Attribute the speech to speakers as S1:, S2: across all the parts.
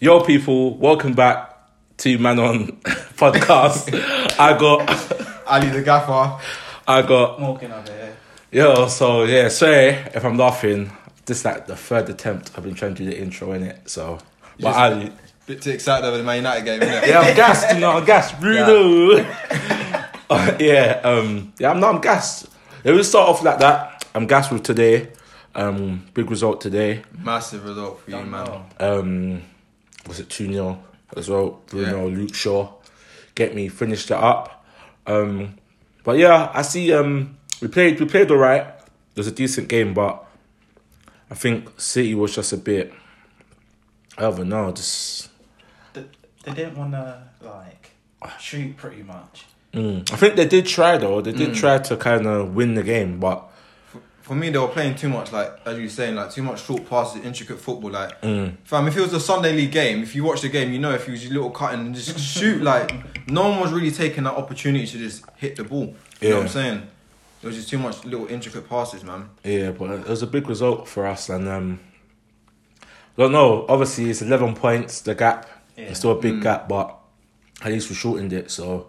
S1: Yo, people, welcome back to Man On podcast. I got,
S2: Ali the gaffer.
S1: I got,
S3: Walking over here.
S1: yo. So yeah, sorry if I'm laughing. This is like the third attempt I've been trying to do the intro in it. So, but
S2: just-
S1: Ali,
S2: Bit too excited over the Man United game, innit?
S1: yeah, I'm gassed. You know, I'm gassed. Bruno. Uh, yeah, um, yeah, I'm not. I'm gassed. It will start off like that. I'm gassed with today. Um, big result today.
S2: Massive result for you, man.
S1: um, was it 2 0 as well? Bruno, Luke Shaw, get me, finished it up. Um, but yeah, I see um, we played, we played all right. It was a decent game, but I think City was just a bit, I don't know, just.
S3: They, they didn't want to, like, shoot pretty much.
S1: Mm. I think they did try though. They did try to kind of win the game, but
S2: For me, they were playing too much, like, as you were saying, like, too much short passes, intricate football. Like,
S1: Mm.
S2: fam, if it was a Sunday league game, if you watch the game, you know, if you was your little cut and just shoot, like, no one was really taking that opportunity to just hit the ball. You know
S1: Yeah.
S2: what I'm saying? There was just too much little intricate passes, man.
S1: Yeah, but it was a big result for us, and um, I don't know. Obviously, it's eleven points. The gap,
S3: Yeah.
S1: it's still a big gap, but at least we shortened it. So,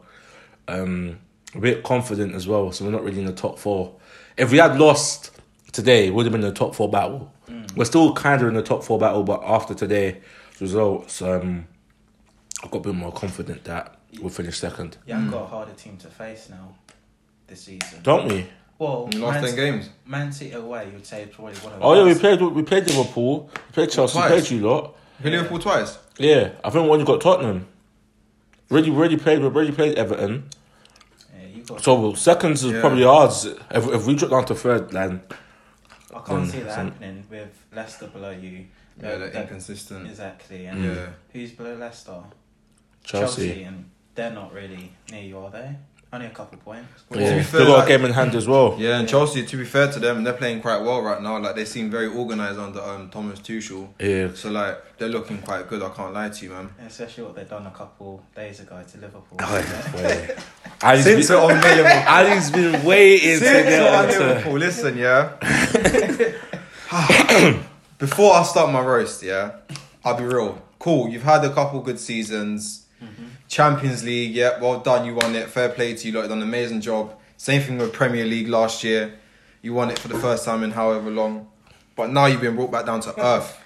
S1: um, a bit confident as well. So we're not really in the top four. If we had lost today, it would have been the top four battle. We're still kind of in the top four battle, but after today's results, um, I've got a bit more confident that we'll finish second,
S3: You
S2: Hmm.
S3: haven't got a harder team to face now this season.
S1: don't we?
S3: Well,
S2: In the last
S3: Man,
S2: 10 games.
S3: Man City away, you'd say it's probably one of the
S1: Oh yeah, we
S3: worst.
S1: played. We played Liverpool. We played Chelsea. We
S2: Twice.
S1: played you lot.
S2: Hit Liverpool twice.
S1: Yeah, I think when you got Tottenham, already already played already played Everton.
S3: Yeah, you got,
S1: So seconds is
S2: Yeah.
S1: probably ours. If if we drop down to third, then
S3: I can't see that
S1: some-
S3: happening with Leicester below you.
S2: Yeah, they're
S3: That- that-
S2: inconsistent.
S3: Exactly. And
S2: Yeah.
S3: who's below Leicester?
S1: Chelsea.
S3: And they're not really near you, are they? Only a couple points.
S2: Well, to
S1: Yeah.
S2: be
S1: They
S2: fair,
S1: got a
S2: like-
S1: game in hand as well.
S2: Yeah, and Chelsea, to be fair to them, they're playing quite well right now. Like, they seem very organised under um, Thomas Tuchel.
S1: Yeah,
S2: So, like, they're looking quite good, I can't lie to you, man.
S3: Especially what they've done a couple days ago to Liverpool.
S1: yeah. Ali's been,
S2: we're on Liverpool.
S1: Ali's been waiting to
S2: Since
S1: get
S2: we're
S1: on
S2: on
S1: to.
S2: Liverpool, listen, yeah. Before I start my roast, yeah, I'll be real. Cool, you've had a couple good seasons. Champions League, yeah, well done, you won it. Fair play to you, lot, you done an amazing job. Same thing with Premier League last year. You won it for the first time in however long. But now you've been brought back down to earth.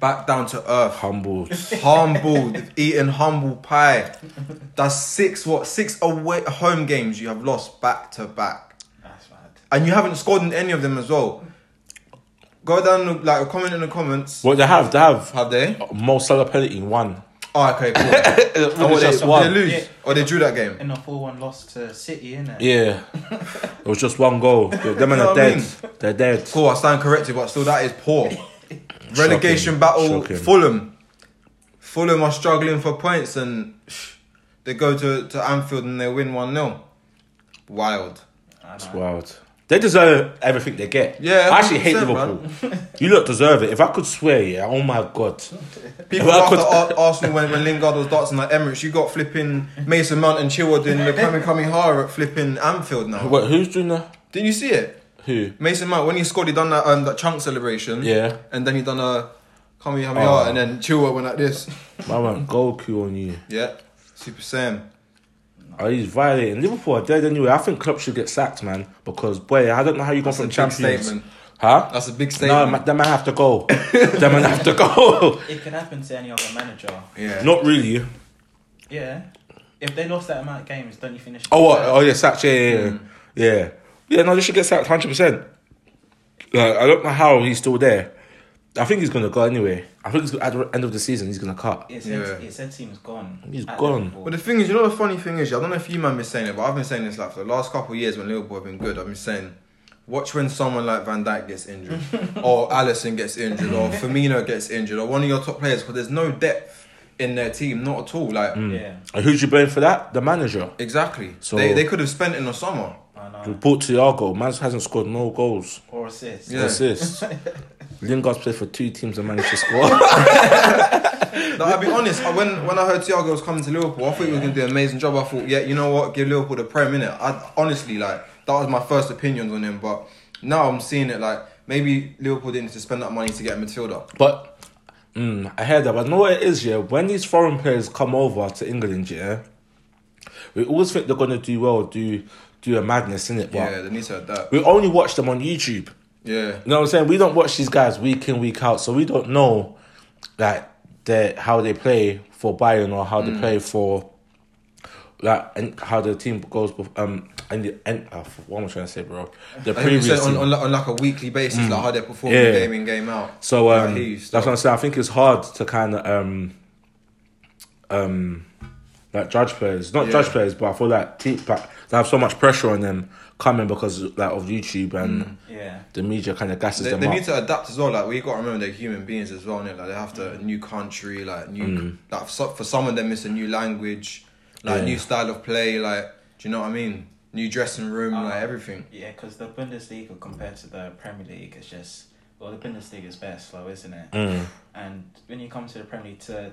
S2: Back down to earth
S1: Humble.
S2: humble, eating humble pie. That's six what six away home games you have lost back to back,
S3: That's mad.
S2: and you haven't scored in any of them as well. Go down like comment in the comments.
S1: Well, they have they have
S2: Have they?
S1: Mo Salah Pelletin one.
S2: Oh, okay, cool.
S1: It
S2: Oh,
S1: was
S2: they,
S1: just
S2: did they
S1: one.
S2: lose
S3: Yeah.
S2: or they drew that game.
S3: In a 4 1 loss to City, innit?
S1: Yeah, it was just one goal. Them men
S2: know
S1: are
S2: what I
S1: dead.
S2: mean?
S1: They're dead.
S2: Cool, I stand corrected, but still that is poor. Relegation
S1: Shocking.
S2: battle,
S1: Shocking.
S2: Fulham. Fulham are struggling for points and they go to, to Anfield and they win 1 0. Wild.
S3: I
S1: It's
S3: know.
S1: wild. They deserve everything they get.
S2: Yeah,
S1: I actually hate
S2: 100%,
S1: Liverpool. you lot deserve it. If I could swear, yeah. Oh my god.
S2: People
S1: Well, I
S2: after
S1: could-
S2: Ar- Arsenal when, when Lingard was dancing at Emirates, you got flipping Mason Mount and Chilwell doing the Kami Kamihara at flipping Anfield now.
S1: Wait, who's doing that?
S2: Didn't you see it?
S1: Who?
S2: Mason Mount, when he scored, he done that, um, that chunk celebration.
S1: Yeah.
S2: And then he done a Kamihara
S1: Oh.
S2: and then Chilwell went like this.
S1: I went Goku on you.
S2: Yeah. Super Sam.
S1: Oh, he's violating. Liverpool are dead anyway. I think Klopp should get sacked, man. Because boy, I don't know how you got
S2: That's a
S1: from
S2: big
S1: champions.
S2: statement.
S1: Huh?
S2: That's a big
S1: No,
S2: statement.
S1: man, them man have to go. them man have to go.
S3: It could happen to any other manager.
S2: yeah.
S1: Not really.
S3: Yeah. If they lost that amount of games, don't you finish?
S1: Oh, what? Oh, yeah, sacked. Yeah, yeah, yeah. yeah. Yeah, no, they should get sacked 100%. Like, I don't know how he's still there. I think he's going to go anyway. I think he's, at the end of the season, he's going to cut.
S3: His,
S2: Yeah.
S3: head, his head team's gone.
S1: He's
S3: at
S1: gone.
S3: Liverpool.
S2: But the thing is, you know, the funny thing is, I don't know if you man been saying it, but I've been saying this like for the last couple of years when Liverpool have been good. I've been saying, watch when someone like Van Dijk gets injured, or Allison gets injured, or Firmino gets injured, or one of your top players, because there's no depth in their team, not at all. Like
S3: Yeah,
S1: And who'd you blame for that? The manager.
S2: exactly,
S1: So-
S2: they they could have spent in the summer.
S3: I
S1: We
S3: know.
S1: bought Thiago. Man hasn't scored no goals.
S3: Or assists.
S2: Yeah.
S1: assists. Lingard's played for two teams and managed to score.
S2: Like, I'll be honest, I, when when I heard Thiago was coming to Liverpool, I thought he was gonna do an amazing job. I thought, yeah, you know what, give Liverpool the prem minute. I honestly like that was my first opinions on him, but now I'm seeing it like maybe Liverpool didn't need to spend that money to get a midfielder.
S1: but Mm, I heard that, but I know what it is, yeah. When these foreign players come over to England, yeah, we always think they're gonna do well, do do a madness in it, but
S2: Yeah, they need to adapt.
S1: we only watch them on YouTube.
S2: Yeah.
S1: You know what I'm saying? We don't watch these guys week in, week out, so we don't know like their how they play for Bayern or
S2: Mm.
S1: how they play for like and how the team goes bef- um and the and uh, what am I trying to say, bro? The
S2: I think you
S1: previous
S2: said on,
S1: team.
S2: on, like- on like a weekly basis, like how they're performing
S1: Yeah.
S2: game in, game out.
S1: So
S2: Like,
S1: um,
S2: he used
S1: that's
S2: to-
S1: what I'm saying. I think it's hard to kind of um, um, like judge players, not
S2: Yeah.
S1: judge players, but I feel like team, but they have so much pressure on them coming because like of YouTube and
S3: Yeah.
S1: the media kind of gasses
S2: Mm. they,
S1: them
S2: they
S1: up.
S2: need to adapt as well. Like we got to remember they're human beings as well. Innit? Like they have
S1: Mm.
S2: to a new country, like new like for, some- for some of them it's a new language, like
S1: Yeah.
S2: new style of play. Like do you know what I mean? New dressing room,
S1: Ah.
S2: like everything.
S3: Yeah, because the Bundesliga compared to the Premier League is just well, the Bundesliga is better slow, isn't it?
S1: Mm.
S3: And when you come to the Premier League to,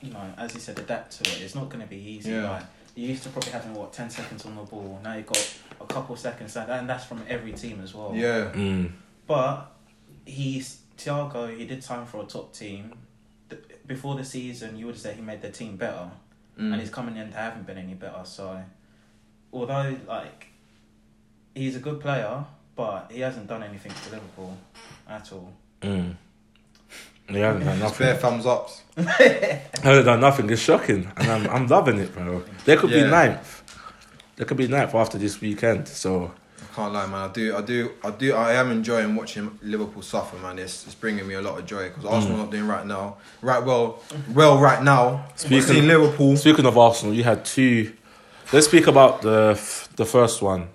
S3: you know, as you said, adapt to it, it's not going to be easy.
S2: Yeah.
S3: Like you used to probably having what ten seconds on the ball. Now you've got a couple seconds, and- and that's from every team as well.
S2: Yeah,
S1: Mm.
S3: But he's Thiago. He did time for a top team. The- Before the season, you would say he made the team better,
S2: Mm.
S3: and he's coming in. They haven't been any better. So, although like he's a good player, but he hasn't done anything for Liverpool at all.
S1: Mm. They haven't done
S2: It's
S1: nothing.
S2: bare thumbs ups.
S1: They haven't done nothing. It's shocking, and I'm I'm loving it, bro. They could
S2: Yeah.
S1: be ninth. They could be ninth after this weekend. So
S2: I can't lie, man. I do, I do, I do. I am enjoying watching Liverpool suffer, man. It's, it's bringing me a lot of joy because
S1: Mm.
S2: Arsenal not doing right now, right well, well right now.
S1: Speaking-
S2: Speaking Liverpool,
S1: Speaking of Arsenal, you had two. Let's speak about the f- the first one.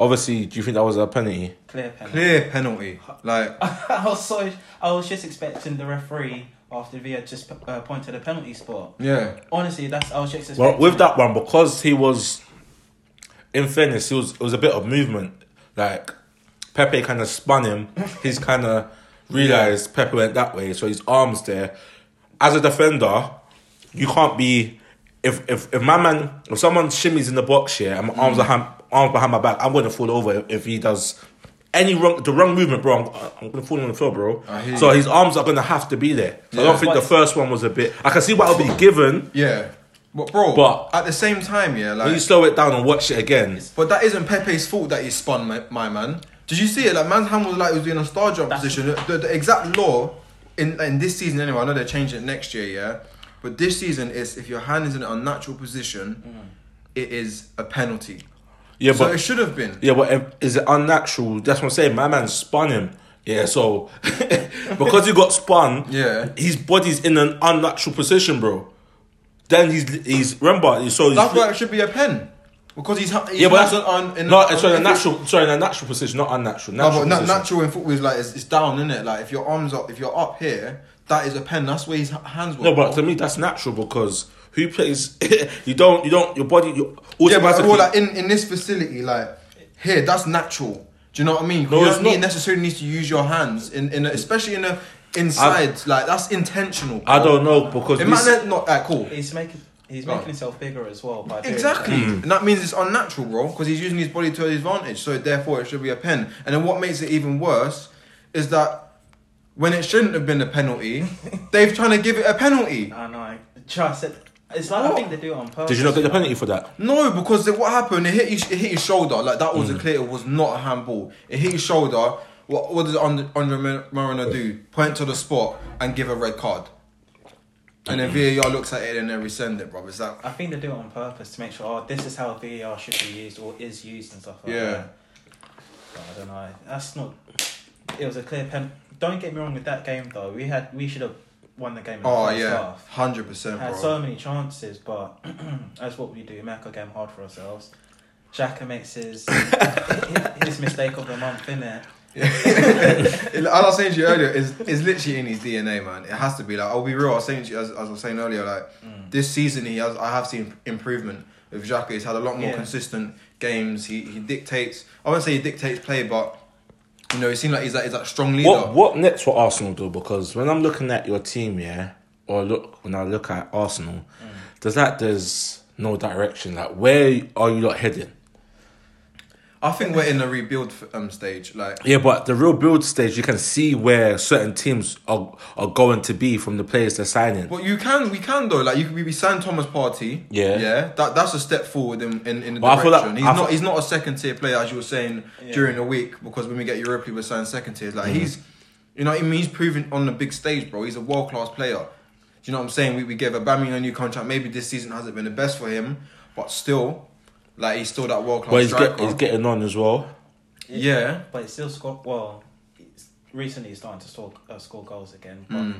S1: Obviously, do you think that was a penalty?
S3: Clear penalty.
S2: clear penalty. Like
S3: I was so I was just expecting the referee after the had just uh, pointed a penalty spot.
S2: yeah,
S3: Honestly, that's I was just expecting.
S1: Well, with that one, because he was, in fairness, he was it was a bit of movement. Like Pepe kind of spun him. He's kind of realized Pepe went that way, so his arms there. As a defender, you can't be. If if if my man, if someone shimmies in the box here, and my
S2: Mm.
S1: arms are ham, arms behind my back, I'm going to fall over if, if he does. Any wrong, the wrong movement, bro. I'm, I'm gonna fall on the floor, bro.
S2: I hear
S1: So
S2: you.
S1: his arms are gonna have to be there. So I
S2: Yeah.
S1: don't think the
S3: But-
S1: first one was a bit. I can see what I'll be given,
S2: yeah. But bro,
S1: But-
S2: at the same time, yeah, like
S1: when you slow it down and watch it again,
S2: But that isn't Pepe's fault that he spun, my, my man. Did you see it? Like man's hand was like he was doing a star jump
S3: That's-
S2: position. The, the exact law in in this season anyway. I know they're changing it next year, yeah. But this season is if your hand is in an unnatural position,
S1: Mm.
S2: it is a penalty.
S1: yeah,
S2: so it
S1: but
S2: should have been.
S1: yeah, but if- is it unnatural? That's what I'm saying. My man spun him. Yeah, so because he got spun,
S2: Yeah.
S1: his body's in an unnatural position, bro. Then he's he's remember, so he's,
S2: That's why it should be a pen because he's, ha- he's
S1: yeah, but that's
S2: not
S1: on,
S2: on- in-
S1: no, sorry, a
S2: if it's-
S1: natural, sorry, in a natural position, not unnatural.
S2: No,
S1: Natural
S2: but na-
S1: position.
S2: natural in football is like it's, it's down, is it? Like if your arms up, if you're up here, that is a pen. That's where his h- hands were.
S1: No, but to me that's natural because who plays? you don't, you don't, your body, you
S2: Yeah, but
S1: automatically.
S2: well, like in, in this facility, like here, that's natural. Do you know what I mean?
S1: No,
S2: you
S1: it's
S2: don't need,
S1: not.
S2: necessarily need to use your hands in, in a, especially in a inside. like that's intentional.
S1: I don't know because
S2: It
S1: we
S2: might
S1: s-
S2: not, not that cool.
S3: he's making he's
S2: Go on.
S3: making himself bigger as well by doing
S2: Exactly,
S3: that.
S2: and that means it's unnatural, bro, because he's using his body to his advantage. So therefore, it should be a pen. And then what makes it even worse is that when it shouldn't have been a penalty, they've trying to give it a penalty.
S3: I know. Trust it. It's like I think they do it on purpose.
S1: did you not get the
S3: know?
S1: penalty for that?
S2: No, because it, what happened? It hit his, it hit his shoulder. Like that was a clear. It was not a handball. It hit his shoulder. What what does Andre, Andre Moreno do? Point to the spot and give a red card. And then VAR looks at it and then resend it, bro. It's like
S3: I think they do it on purpose to make sure. Oh, this is how VAR should be used or is used and stuff. like
S2: Yeah.
S3: that. But I don't know. That's not. It was a clear pen. Don't get me wrong with that game though. We had we should have won the game. In
S2: oh
S3: the first
S2: yeah,
S3: half.
S2: hundred percent,
S3: Had
S2: bro.
S3: so many chances, but that's what we do. We make our game hard for ourselves. Shaka makes his his mistake of the month, innit?
S2: As I was saying to you earlier, is is literally in his DNA, man. It has to be like I'll be real. I was saying to you, as, as I was saying earlier, like
S1: Mm.
S2: this season he has I have seen improvement with Xhaka. He's had a lot more
S3: Yeah.
S2: consistent games. He he dictates. I won't say he dictates play, but you know, it seems like he's that he's that strong leader.
S1: What what next for Arsenal do? Because when I'm looking at your team, yeah, or look when I look at Arsenal, there's like there's no direction. Like where are you lot heading?
S2: I think we're in a rebuild f- um, stage. Like,
S1: Yeah, but the real build stage, you can see where certain teams are are going to be from the players they're signing.
S2: but you can, we can though. Like, you could we signed Thomas Party.
S1: Yeah.
S2: yeah. That that's a step forward in in, in the
S1: But I feel
S2: direction.
S1: like-
S2: he's
S1: I
S2: not
S1: feel-
S2: he's not a second tier player as you were saying
S3: Yeah.
S2: during the week because when we get Europa, League, we're signing second tiers.
S1: Mm-hmm.
S2: Like he's, you know, what I mean, he's proven on the big stage, bro. He's a world class player. Do you know what I'm saying? We we gave Aubameyang a new contract. Maybe this season hasn't been the best for him, but still, like he's still that world
S1: But
S2: class
S1: he's, get,
S2: striker.
S1: he's getting on as well.
S2: yeah.
S3: But it's still score well. It's recently he's starting to score uh, score goals again. But
S2: Hmm.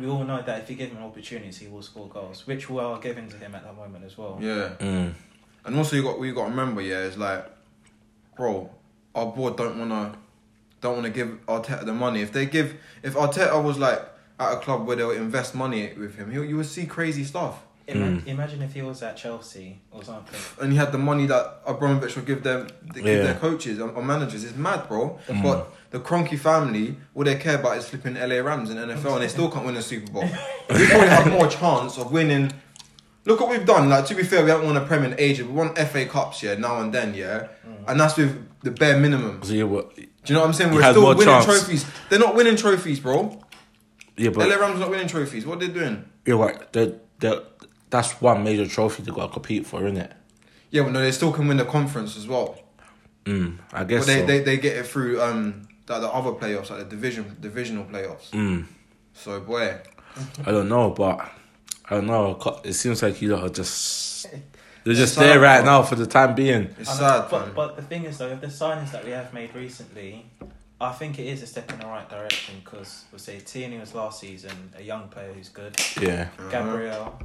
S3: we all know that if you give him opportunities, he will score goals, which we are giving to him at that moment as well.
S2: Yeah.
S1: Mm.
S2: And also you got we got to remember, yeah, it's like, bro, our board don't wanna don't wanna give Arteta the money. If they give if Arteta was like at a club where they'll invest money with him, he'll, you would see crazy stuff.
S3: Ima-
S2: Hmm.
S3: Imagine if he was at Chelsea or something.
S2: And he had the money that Abramovich would give them, they give
S1: Yeah. Mm.
S2: their coaches or, or managers. It's mad, bro. But the Cronky family, all they care about is flipping LA Rams and NFL, and they still can't win a Super Bowl. we probably have more chance of winning. Look what we've done. Like to be fair, we haven't won a Premier in ages. We won FA Cups, yeah, now and then, yeah, and that's with the bare minimum. Do
S1: So yeah, but,
S2: you know what I'm saying?
S1: You
S2: We're
S1: had
S2: still
S1: more
S2: winning
S1: chance.
S2: trophies. They're not winning trophies, bro.
S1: yeah, but
S2: LA Rams not winning trophies. What are they doing?
S1: you're right. They're, they're, that's one major trophy they got to compete for, isn't it?
S2: Yeah, well, no, they still can win the conference as well.
S1: Mm, I guess
S2: But they,
S1: so.
S2: they, they get it through um the, the other playoffs, like the division divisional playoffs.
S1: Hmm.
S2: So boy,
S1: I don't know, but I don't know. Co- It seems like you lot are just they're
S2: It's
S1: just there
S2: hard,
S1: right
S2: bro.
S1: now for the time being.
S2: it's
S3: And I-
S2: sad.
S3: but,
S2: man.
S3: but the thing is, though, if the signings that we have made recently, I think it is a step in the right direction because we'll say Tierney was last season a young player who's good.
S1: Yeah,
S2: Uh-huh.
S3: Gabriel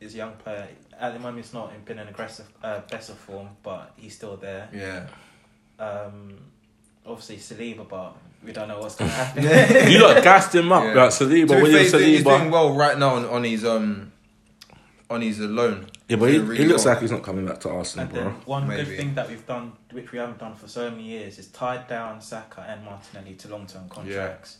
S3: is a young player. At the moment, he's not been in aggressive, uh, best of form, but he's still there.
S2: yeah,
S3: Um, obviously Saliba, but we don't know what's going to happen.
S1: you lot gassed him up,
S2: Yeah.
S1: like
S2: To
S1: Saliba.
S2: be
S1: When
S2: fair,
S1: you're
S2: he's, doing, he's doing
S1: Saliba,
S2: well right now on, on his um on his uh, loan.
S1: yeah, but he,
S2: Doing really
S1: he looks
S2: well.
S1: like he's not coming back to Arsenal,
S3: And then
S1: bro.
S3: one
S2: Maybe.
S3: good thing that we've done, which we haven't done for so many years, is tied down Saka and Martinelli to long-term contracts.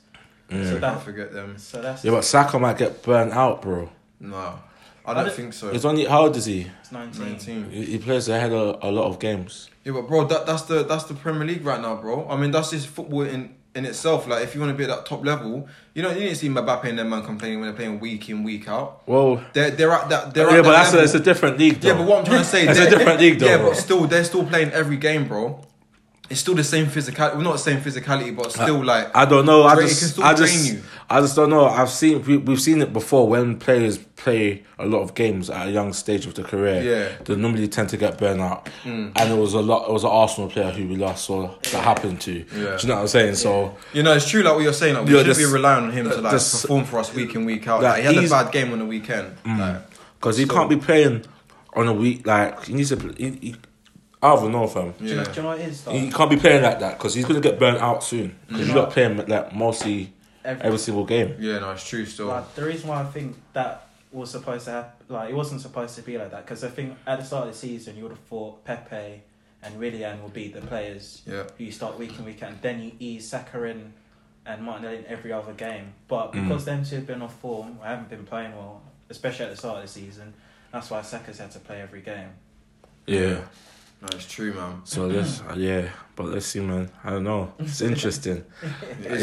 S3: So
S2: So
S3: that,
S2: Don't forget them.
S3: so that's
S1: Yeah, but Saka might get burnt out, bro.
S2: No, I
S3: I
S2: don't
S3: don't-
S2: think so.
S1: It's only how old is he?
S3: it's 19.
S2: Nineteen.
S1: He he plays ahead of a lot of games.
S2: Yeah, but bro, that that's the that's the Premier League right now, bro. I mean, that's just football in in itself. Like, if you want to be at that top level, you know, you didn't see Mbappe and them man complaining when they're playing week in week out.
S1: Well,
S2: They're they're at that. They're
S1: yeah,
S2: at
S1: but
S2: that
S1: that's a,
S2: level.
S1: it's a different league, though.
S2: Yeah, but what I'm trying to say,
S1: It's a
S2: they're-
S1: different league though,
S2: Yeah,
S1: bro.
S2: but still, they're still playing every game, bro. It's still the same physicality. Well, not the same physicality,
S1: Uh,
S2: but still like
S1: I don't know. I
S2: Drain- it can
S1: just,
S2: still
S1: I just,
S2: drain you.
S1: I just don't know. I've seen we, we've seen it before when players play a lot of games at a young stage of their career.
S2: Yeah. Mm.
S1: they normally tend to get burnt out. And it was a lot. It was an Arsenal player who we last saw that happened to.
S2: Yeah.
S1: Do you know what I'm saying? So
S2: you know, it's true like what you're saying. Like, we
S1: Yeah,
S2: should be
S1: this-
S2: relying on him to like
S1: this-
S2: perform for us week in week out.
S1: that
S2: Like, he had a
S1: he's- Mm.
S2: bad game on the weekend. Like,
S1: because he
S2: So-
S1: can't be playing on a week like he needs to. He, he, I don't know, fam.
S3: Do, you know,
S2: Yeah.
S3: do you know what it is, though?
S1: He can't be playing like that because he's gonna get burnt out soon.
S2: Mm.
S1: Because you're
S3: know-
S1: not playing like mostly
S3: Every-
S1: every single game.
S2: yeah, no, it's true. Still,
S3: Like the reason why I think that was supposed to happen, like it wasn't supposed to be like that, because I think at the start of the season you would have thought Pepe and Willian will be the players
S2: yeah,
S3: who you start week in week out, and then you ease Saka in and Martinelli in every other game. But
S2: Mm.
S3: because them two have been off form, I haven't been playing well, especially at the start of the season. That's why Saka's had to play every game.
S1: Yeah.
S2: no, it's true, man.
S1: So this, yeah, but let's see, man. I don't know. It's interesting.
S2: It's,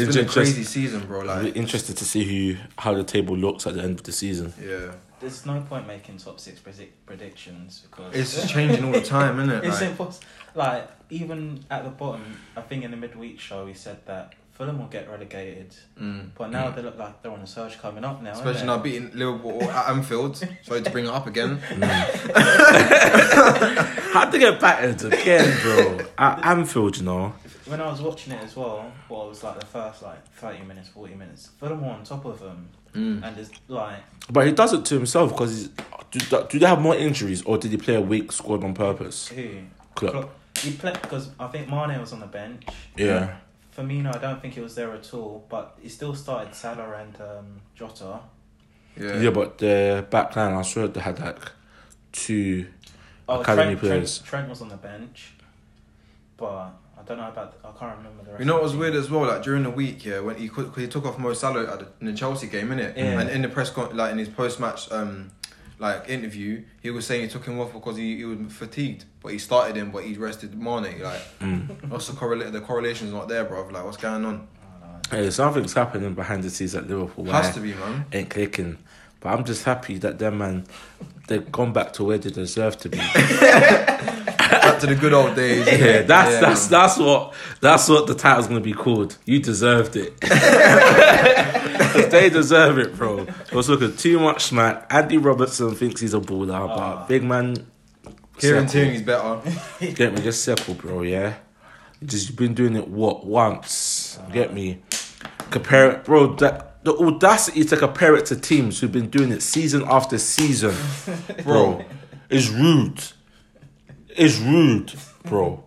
S1: It's
S2: been a
S1: just-
S2: crazy season, bro.
S1: I'll be
S2: Like,
S1: interested to see who how the table looks at the end of the season.
S2: yeah,
S3: There's no point making top six predic- predictions because
S2: it's changing all the time, isn't it?
S3: It's
S2: Like,
S3: impossible. Like even at the bottom, I think in the midweek show we said that Fulham will get relegated,
S2: mm.
S3: but now they look like they're on a surge coming up now. aren't
S2: Especially
S3: they?
S2: now beating Liverpool at Anfield. Sorry to bring it up again.
S1: Had to get battered again, bro. At Anfield, you know.
S3: When I was watching it as well, well, it was like the first like thirty minutes, forty minutes. Fulham were on top of them,
S2: Mm.
S3: and it's like
S1: But he does it to himself because do, do they have more injuries or did he play a weak squad on purpose?
S3: who
S1: Klopp.
S3: you play because I think Mane was on the bench.
S1: Yeah.
S3: Firmino, I don't think he was there at all, but he still started Salah and um, Jota.
S1: Yeah,
S2: Yeah,
S1: but the back line, I swear they had like two.
S3: Oh,
S1: Academy
S3: Trent,
S1: players.
S3: Trent, Trent was on the bench, but I don't know about. I can't remember the rest.
S2: You know
S3: of
S2: what was
S3: the
S2: weird
S3: team.
S2: as well? Like during the week, yeah, when he cause he took off Mo Salah at the, in the Chelsea game, innit?
S3: Yeah.
S2: And in the press, con- like in his post match, um, like interview, he was saying he took him off because he, he was fatigued, but he started him, but he rested Mane. Like,
S1: mm.
S2: what's the correlate? The correlation's not there, bro. Like, what's going on?
S1: Hey, something's happening behind the scenes at Liverpool. where
S2: Has to be, man.
S1: Ain't clicking. But I'm just happy that them man, they've gone back to where they deserve to be.
S2: Back to the good old days.
S1: Yeah, that's
S2: Yeah,
S1: that's that's what that's what the title's gonna be called. You deserved it. 'Cause they deserve it, bro. It was looking too much smack. Andy Robertson thinks he's a baller, but big man.
S2: Ah. Kieran
S1: circle.
S2: Tierney's better.
S1: Get me, just circle, bro. Yeah, just you've been doing it what once? Get me. Compare it, bro. That the audacity to compare it to teams who've been doing it season after season, bro, is rude. It's rude, bro.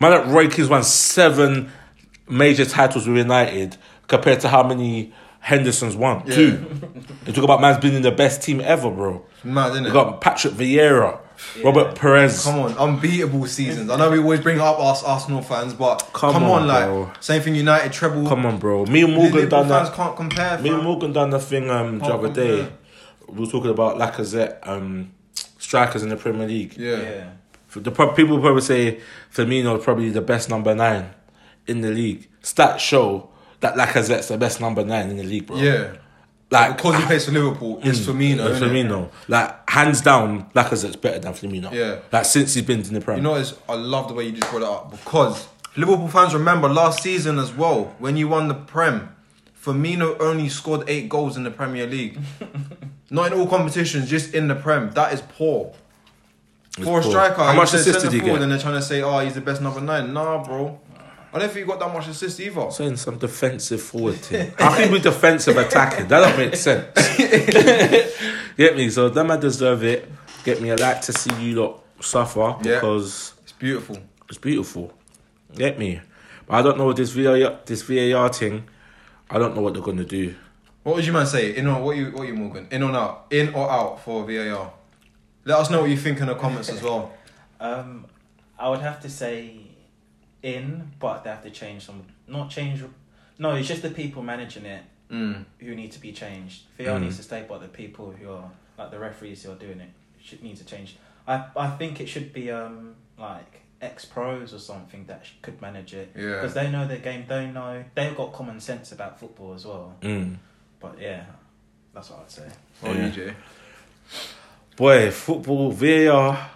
S1: Man, like Roy King's won seven major titles with United compared to how many Henderson's won. Two. They talk about man's been in the best team ever, bro.
S2: Mad, isn't
S1: We
S2: it?
S1: got Patrick Vieira, Robert Perez.
S2: Come on, unbeatable seasons. I know we always bring up us Arsenal fans, but
S1: Come
S2: come,
S1: on,
S2: on, like
S1: bro.
S2: same thing. United treble.
S1: Come on, bro. Me and Morgan
S2: Liverpool
S1: done
S2: fans Oh,
S1: that.
S2: can't compare.
S1: Me and
S2: fam.
S1: Morgan done the thing um, the
S2: Can't
S1: other
S2: compare.
S1: day. We were talking about Lacazette um, strikers in the Premier League.
S2: Yeah.
S3: yeah.
S1: The pro- people probably say Firmino is probably the best number nine in the league. Stats show that Lacazette's the best number nine in the league, bro.
S2: yeah.
S1: like mm,
S2: Because he plays for Liverpool, it's Firmino.
S1: Firmino,
S2: innit?
S1: like hands down, Lacazette's better than Firmino.
S2: Yeah.
S1: like since he's been in the Premier.
S2: You know, it's, I love the way you just brought it up because Liverpool fans remember last season as well when you won the Prem. Firmino only scored eight goals in the Premier League. Not in all competitions, just in the Prem. That is poor. For
S1: poor.
S2: a striker,
S1: How
S2: you
S1: much
S2: said
S1: assists
S2: centre
S1: did he
S2: forward
S1: get?
S2: And they're trying to say, oh, he's the best number nine. Nah, bro. I don't think he got that much assist either.
S1: saying some defensive forward thing. How can we defensive attacking? That don't make sense. Get me? So them I deserve it. Get me? I like to see you lot suffer
S2: Yeah.
S1: because
S2: It's beautiful.
S1: it's beautiful. Get me? But I don't know what this VAR this VAR thing. I don't know what they're gonna do.
S2: What would you man say? In or what you what you Morgan? In or out? In or out for VAR? Let us know what you think in the comments as well.
S3: Um, I would have to say in, but they have to change some. Not change. No, it's just the people managing it
S2: Mm.
S3: who need to be changed. VAR needs to stay, but the people who are like the referees who are doing it should need to change. I I think it should be um like ex pros or something that sh- could manage it
S2: Yeah.
S3: because they know their game. They know they've got common sense about football as well.
S1: Mm.
S3: But yeah, that's what I'd say.
S2: Or
S1: Yeah.
S2: EJ.
S1: Boy, football VAR,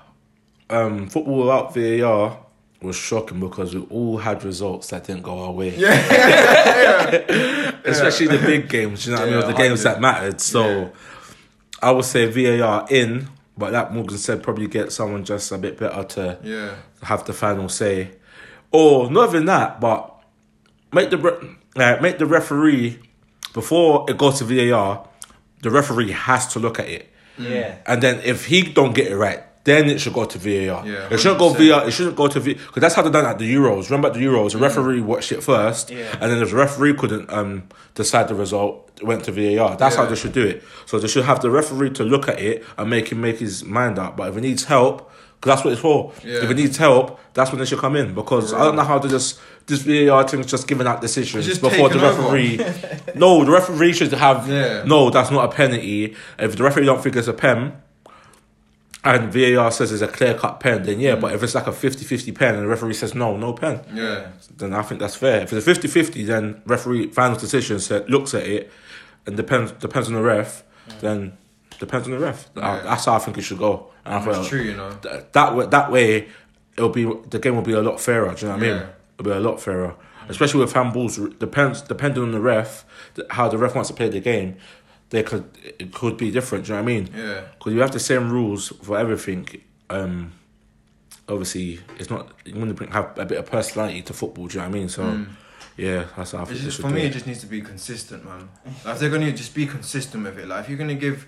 S1: um, football without VAR was shocking because we all had results that didn't go our way. Yeah, especially the big games. You know what I mean?
S2: Yeah,
S1: Or the games
S2: 100.
S1: that mattered. So,
S2: Yeah.
S1: I would say VAR in, but that Morgan said probably get someone just a bit better to
S2: Yeah.
S1: have the final say, or not even that, but make the re- uh, make the referee before it goes to VAR. The referee has to look at it.
S2: Mm.
S3: Yeah.
S1: And then if he don't get it right, then it should go to VAR.
S2: Yeah,
S1: it shouldn't go
S2: 100%.
S1: VAR. It shouldn't go to V because that's how they done at the Euros. Remember at the Euros, the
S2: Mm.
S1: referee watched it first,
S3: Yeah.
S1: and then if the referee couldn't um, decide the result, it went to VAR. That's how
S2: Yeah.
S1: they should do it. So they should have the referee to look at it and make him make his mind up. But if he needs help, because that's what it's for.
S2: Yeah.
S1: If he needs help, that's when they should come in. Because I don't know how they just this VAR thing's just giving out decisions
S2: It's just
S1: before the
S2: taking over.
S1: referee. no, the referee should have
S2: Yeah.
S1: no. That's not a penalty. If the referee don't think it's a pen, and VAR says it's a clear cut pen, then yeah, but if it's like a 50 50 pen and the referee says no, no pen,
S2: Yeah.
S1: then I think that's fair. If it's a 50 50, then referee final decision set, looks at it and depends depends on the ref, then depends on the ref. Uh,
S2: Yeah.
S1: That's how I think it should go. And I
S2: That's
S1: feel-
S2: true, you know.
S1: th- that way, that way, it'll be the game will be a lot fairer. Do you know what I mean?
S2: Yeah. Mm.
S1: It'll be a lot fairer, especially with handballs. Depends depending on the ref, th- how the ref wants to play the game. They could it could be different. Do you know what I mean?
S2: Yeah.
S1: Because you have the same rules for everything. Um, obviously, it's not you want to bring, have a bit of personality to football. Do you know what I mean? So, yeah, that's how I think
S2: Mm. It's
S1: they
S2: just,
S1: should
S2: for
S1: do
S2: me,
S1: it.
S2: it just needs to be consistent, man. Like, if they're gonna just be consistent with it, like if you're gonna give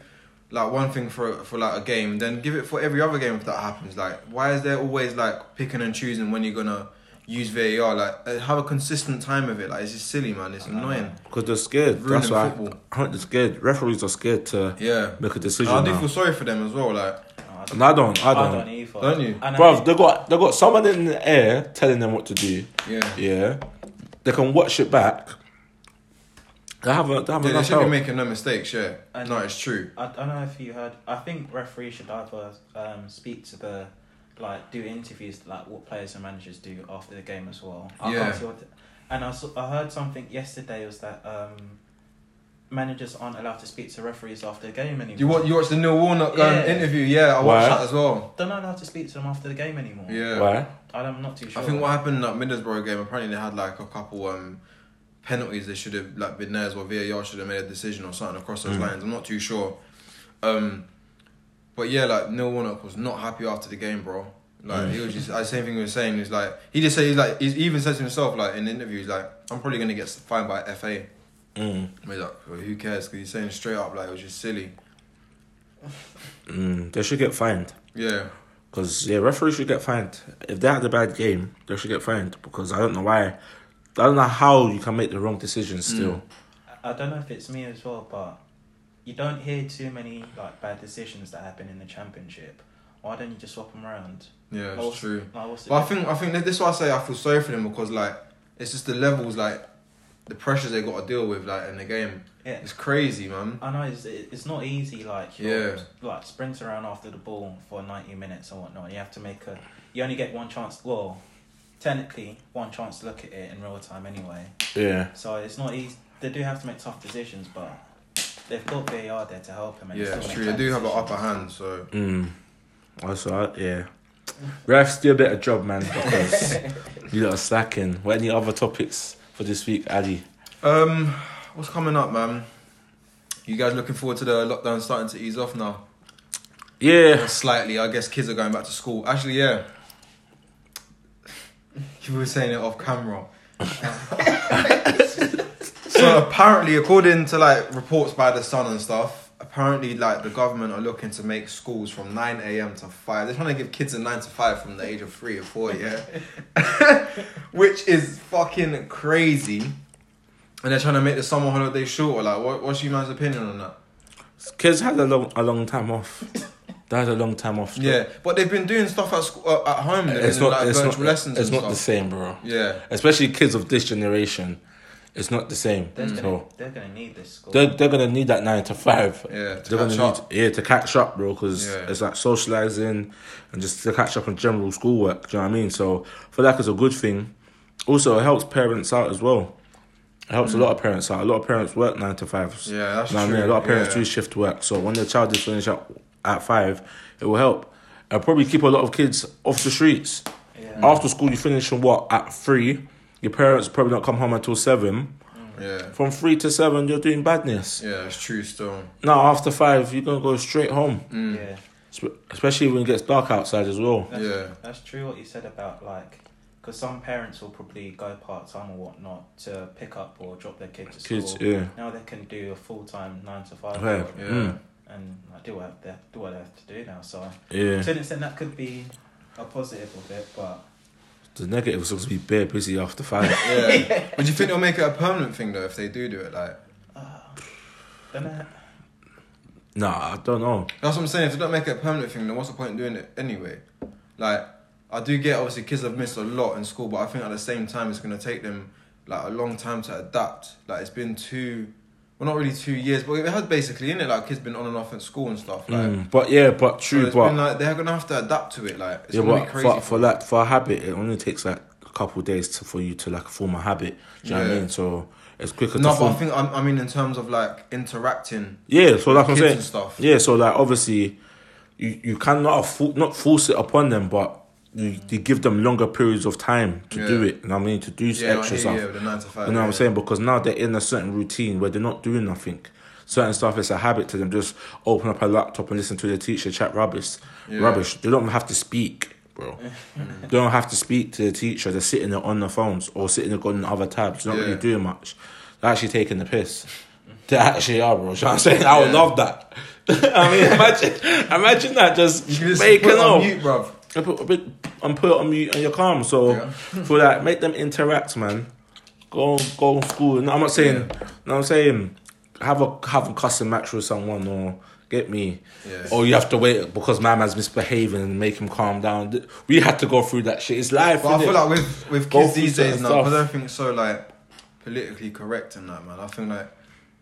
S2: like one thing for for like a game, then give it for every other game if that happens. Like, why is there always like picking and choosing when you're gonna use VAR? Like, uh, have a consistent time with it. Like, it's just silly, man. It's annoying.
S1: Because they're scared.
S2: Ruining
S1: That's why
S2: football.
S1: I, I think they're scared. Referees are scared to
S2: Yeah.
S1: make a
S2: And
S1: decision.
S2: I do
S1: now.
S2: feel sorry for them as well. Like,
S3: No,
S1: And I don't. I
S3: I
S1: don't.
S3: don't either.
S2: Don't you?
S3: And I
S1: Bro,
S3: think-
S1: they got they got someone in the air telling them what to do.
S2: yeah,
S1: Yeah, they can watch it back, They haven't. They haven't.
S2: Yeah, they
S1: left
S2: should be
S1: out.
S2: making no mistakes, yeah.
S3: And-
S2: no, it's true.
S3: I don't know if you heard. I think referees should either um, speak to the, like, do interviews like what players and managers do after the game as well. I
S2: Yeah.
S3: Can't see what and I saw, I heard something yesterday was that um, managers aren't allowed to speak to referees after the game anymore.
S2: You watch, you watch the Neil Warnock um,
S3: Yeah.
S2: interview? Yeah, I
S1: Why?
S2: watched that as well.
S3: They're not allowed to speak to them after the game anymore.
S2: Yeah.
S1: Why?
S3: I- I'm not too sure.
S2: I think what happened in that Middlesbrough game, apparently they had like a couple um, penalties that should have like been there as well. VAR should have made a decision or something across those
S1: Mm.
S2: lines. I'm not too sure. Um, but yeah, like Neil Warnock was not happy after the game, bro.
S1: Mm.
S2: Like he was just like, same thing he was saying. He's like he just said he's like he's, he even says to himself like in interviews like I'm probably gonna get fined by FA.
S1: Mm.
S2: And he's like well, who cares? Because he's saying straight up like it was just silly.
S1: Mm. They should get fined.
S2: Yeah,
S1: Because yeah, referees should get fined. If they had a bad game, they should get fined. Because I don't know why, I don't know how you can make the wrong decision still.
S3: I don't know if it's me as well, but you don't hear too many like bad decisions that happen in the championship. Why don't you just swap them around?
S2: yeah,
S3: Like,
S2: it's
S3: what's-
S2: true.
S3: like, what's the
S2: But I think I think that this is why I say I feel sorry for them because like it's just the levels like the pressures they got to deal with like in the game.
S3: Yeah.
S2: It's crazy, man.
S3: I know it's it's not easy. Like you're,
S2: Yeah.
S3: like sprint around after the ball for ninety minutes and whatnot. You have to make a. You only get one chance. Well, technically, one chance to look at it in real time anyway.
S1: Yeah.
S3: So it's not easy. They do have to make tough decisions, but they've got VAR there to help them. And they
S2: Yeah,
S3: still
S2: it's
S3: make
S2: true. They
S3: bad
S2: do have an
S3: decisions.
S2: upper hand, so
S1: Mm. Also, I- yeah. Refs do a better job, man. Because you lot are slacking. What any other topics for this week, Ali?
S2: um, what's coming up, man? You guys looking forward to the lockdown starting to ease off now?
S1: Yeah.
S2: Slightly, I guess kids are going back to school. Actually, yeah. You were saying it off camera. so apparently, according to like reports by the Sun and stuff, apparently like the government are looking to make schools from nine a.m. to five. They're trying to give kids a nine to five from the age of three or four, yeah, which is fucking crazy. And they're trying to make the summer holiday shorter. Like, what, what's your man's opinion on that?
S1: Kids had a long, a long time off. They had a long time off.
S2: Yeah, but they've been doing stuff at school, uh, at home. They've
S1: It's
S2: been doing,
S1: not.
S2: like
S1: it's
S2: virtual
S1: not.
S2: lessons.
S1: it's
S2: and
S1: not the
S2: stuff.
S1: same, bro.
S2: Yeah,
S1: Especially kids of this generation. It's not the same.
S3: They're gonna,
S1: So
S3: they're gonna need this school.
S1: Mm. they're, they're gonna need that nine to five.
S2: yeah. To
S1: they're gonna
S2: catch
S1: need
S2: up.
S1: yeah to catch up, bro, because
S2: Yeah.
S1: it's like socializing and just to catch up on general schoolwork. Do you know what I mean? So I feel like it's a good thing. Also, it helps parents out as well. It helps a lot of parents out. A lot of parents work nine to fives.
S2: Mm. Yeah, that's
S1: You know what I
S2: true.
S1: mean? A lot of parents
S2: yeah.
S1: do shift work. So when their child is finished at, at five, it will help. It'll probably keep a lot of kids off the streets.
S3: yeah.
S1: After school, you finish in what at three. Your parents probably not come home until seven.
S2: Yeah,
S1: From three to seven, you're doing badness.
S2: yeah, it's true. Still,
S1: Now after five, you're gonna go straight home.
S3: yeah.
S1: Sp- especially when it gets dark outside as well.
S3: That's,
S2: Mm. Yeah.
S3: that's true what you said about like, because some parents will probably go part time or whatnot to pick up or drop their kids to
S1: Kids,
S3: school.
S1: yeah,
S3: Now they can do a full time nine to five
S1: Yeah.
S3: job
S2: yeah,
S1: Mm.
S3: and like, do what they do what they have to do now. So
S1: yeah.
S3: to an extent, that could be a positive of it, but
S1: The negative is supposed to be bare busy after five.
S2: yeah. But do you think they'll make it a permanent thing though if they do do it? Like,
S3: then uh,
S1: nah, I don't know.
S2: that's what I'm saying. If they don't make it a permanent thing, then what's the point in doing it anyway? Like, I do get obviously kids have missed a lot in school, but I think at the same time it's gonna take them like a long time to adapt. Like, it's been two, well, not really two years, but it has basically in it. Like, kids been on and off at school and stuff. Like.
S1: Mm. But yeah, but
S2: So
S1: true,
S2: it's
S1: but
S2: been like they're gonna have to adapt to it. Like it's
S1: yeah,
S2: gonna
S1: but
S2: be
S1: for
S2: crazy.
S1: for like for a habit, it only takes like a couple of days to, for you to like form a habit. Do you know what I
S2: Yeah.
S1: mean? So it's quicker to
S2: no, but I
S1: form.
S2: think I'm, I mean in terms of like interacting
S1: Yeah, so like I'm
S2: kids
S1: saying,
S2: and stuff.
S1: yeah, so like obviously, you you cannot afford, not force it upon them, but. You, you give them longer periods of time to do
S2: Yeah.
S1: it, and I mean to do
S2: Yeah, like,
S1: extra
S2: yeah,
S1: stuff.
S2: yeah, with the nine to five.
S1: You know what
S2: yeah.
S1: I'm saying? Because now they're in a certain routine where they're not doing nothing. Certain stuff is a habit to them. Just open up a laptop and listen to their teacher chat rubbish.
S2: Yeah. Mm.
S1: Rubbish. They don't have to speak, bro. they don't have to speak to the teacher. They're sitting there on their phones or sitting there on other tabs. They're not
S2: Yeah.
S1: really doing much. They're actually taking the piss. They actually are, bro. Do you know what I'm saying? I would
S2: Yeah.
S1: love that. I mean, imagine, imagine that just
S2: You can just
S1: making
S2: put it on
S1: off.
S2: mute, bruv.
S1: I put a bit and put it on mute and you're calm. So
S2: Yeah.
S1: for that, make them interact, man. Go go to school. No, I'm not saying. No, I'm saying have a have a custom match with someone or get me.
S2: Yeah.
S1: Or you have to wait because my man's misbehaving and make him calm down. We had to go through that shit. It's life.
S2: But I
S1: innit?
S2: feel like with with
S1: Go
S2: kids
S1: through
S2: these
S1: certain
S2: days now,
S1: stuff.
S2: because everything's so like politically correct and that, man. I think like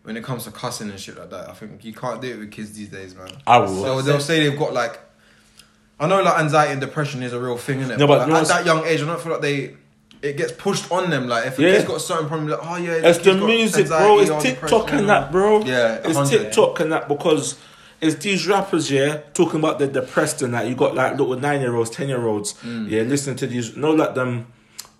S2: when it comes to cussing and shit like that, I think you can't do it with kids these days, man.
S1: I will.
S2: So they'll say they've got like, I know like anxiety and depression is a real thing, innit?
S1: No, but
S2: like,
S1: you know
S2: at
S1: what's-
S2: that young age, I don't feel like they. It gets pushed on them, like if a
S1: Yeah.
S2: kid's got a certain problem, like oh yeah,
S1: It's
S2: this
S1: the
S2: kid's got
S1: music, bro.
S2: anxiety
S1: It's
S2: or
S1: TikTok
S2: depression.
S1: and that, bro.
S2: Yeah,
S1: it's
S2: 100.
S1: TikTok and that because it's these rappers, yeah, talking about they're depressed and that. You got like little nine year olds, ten year olds,
S2: Mm.
S1: yeah, listening to these. No, like them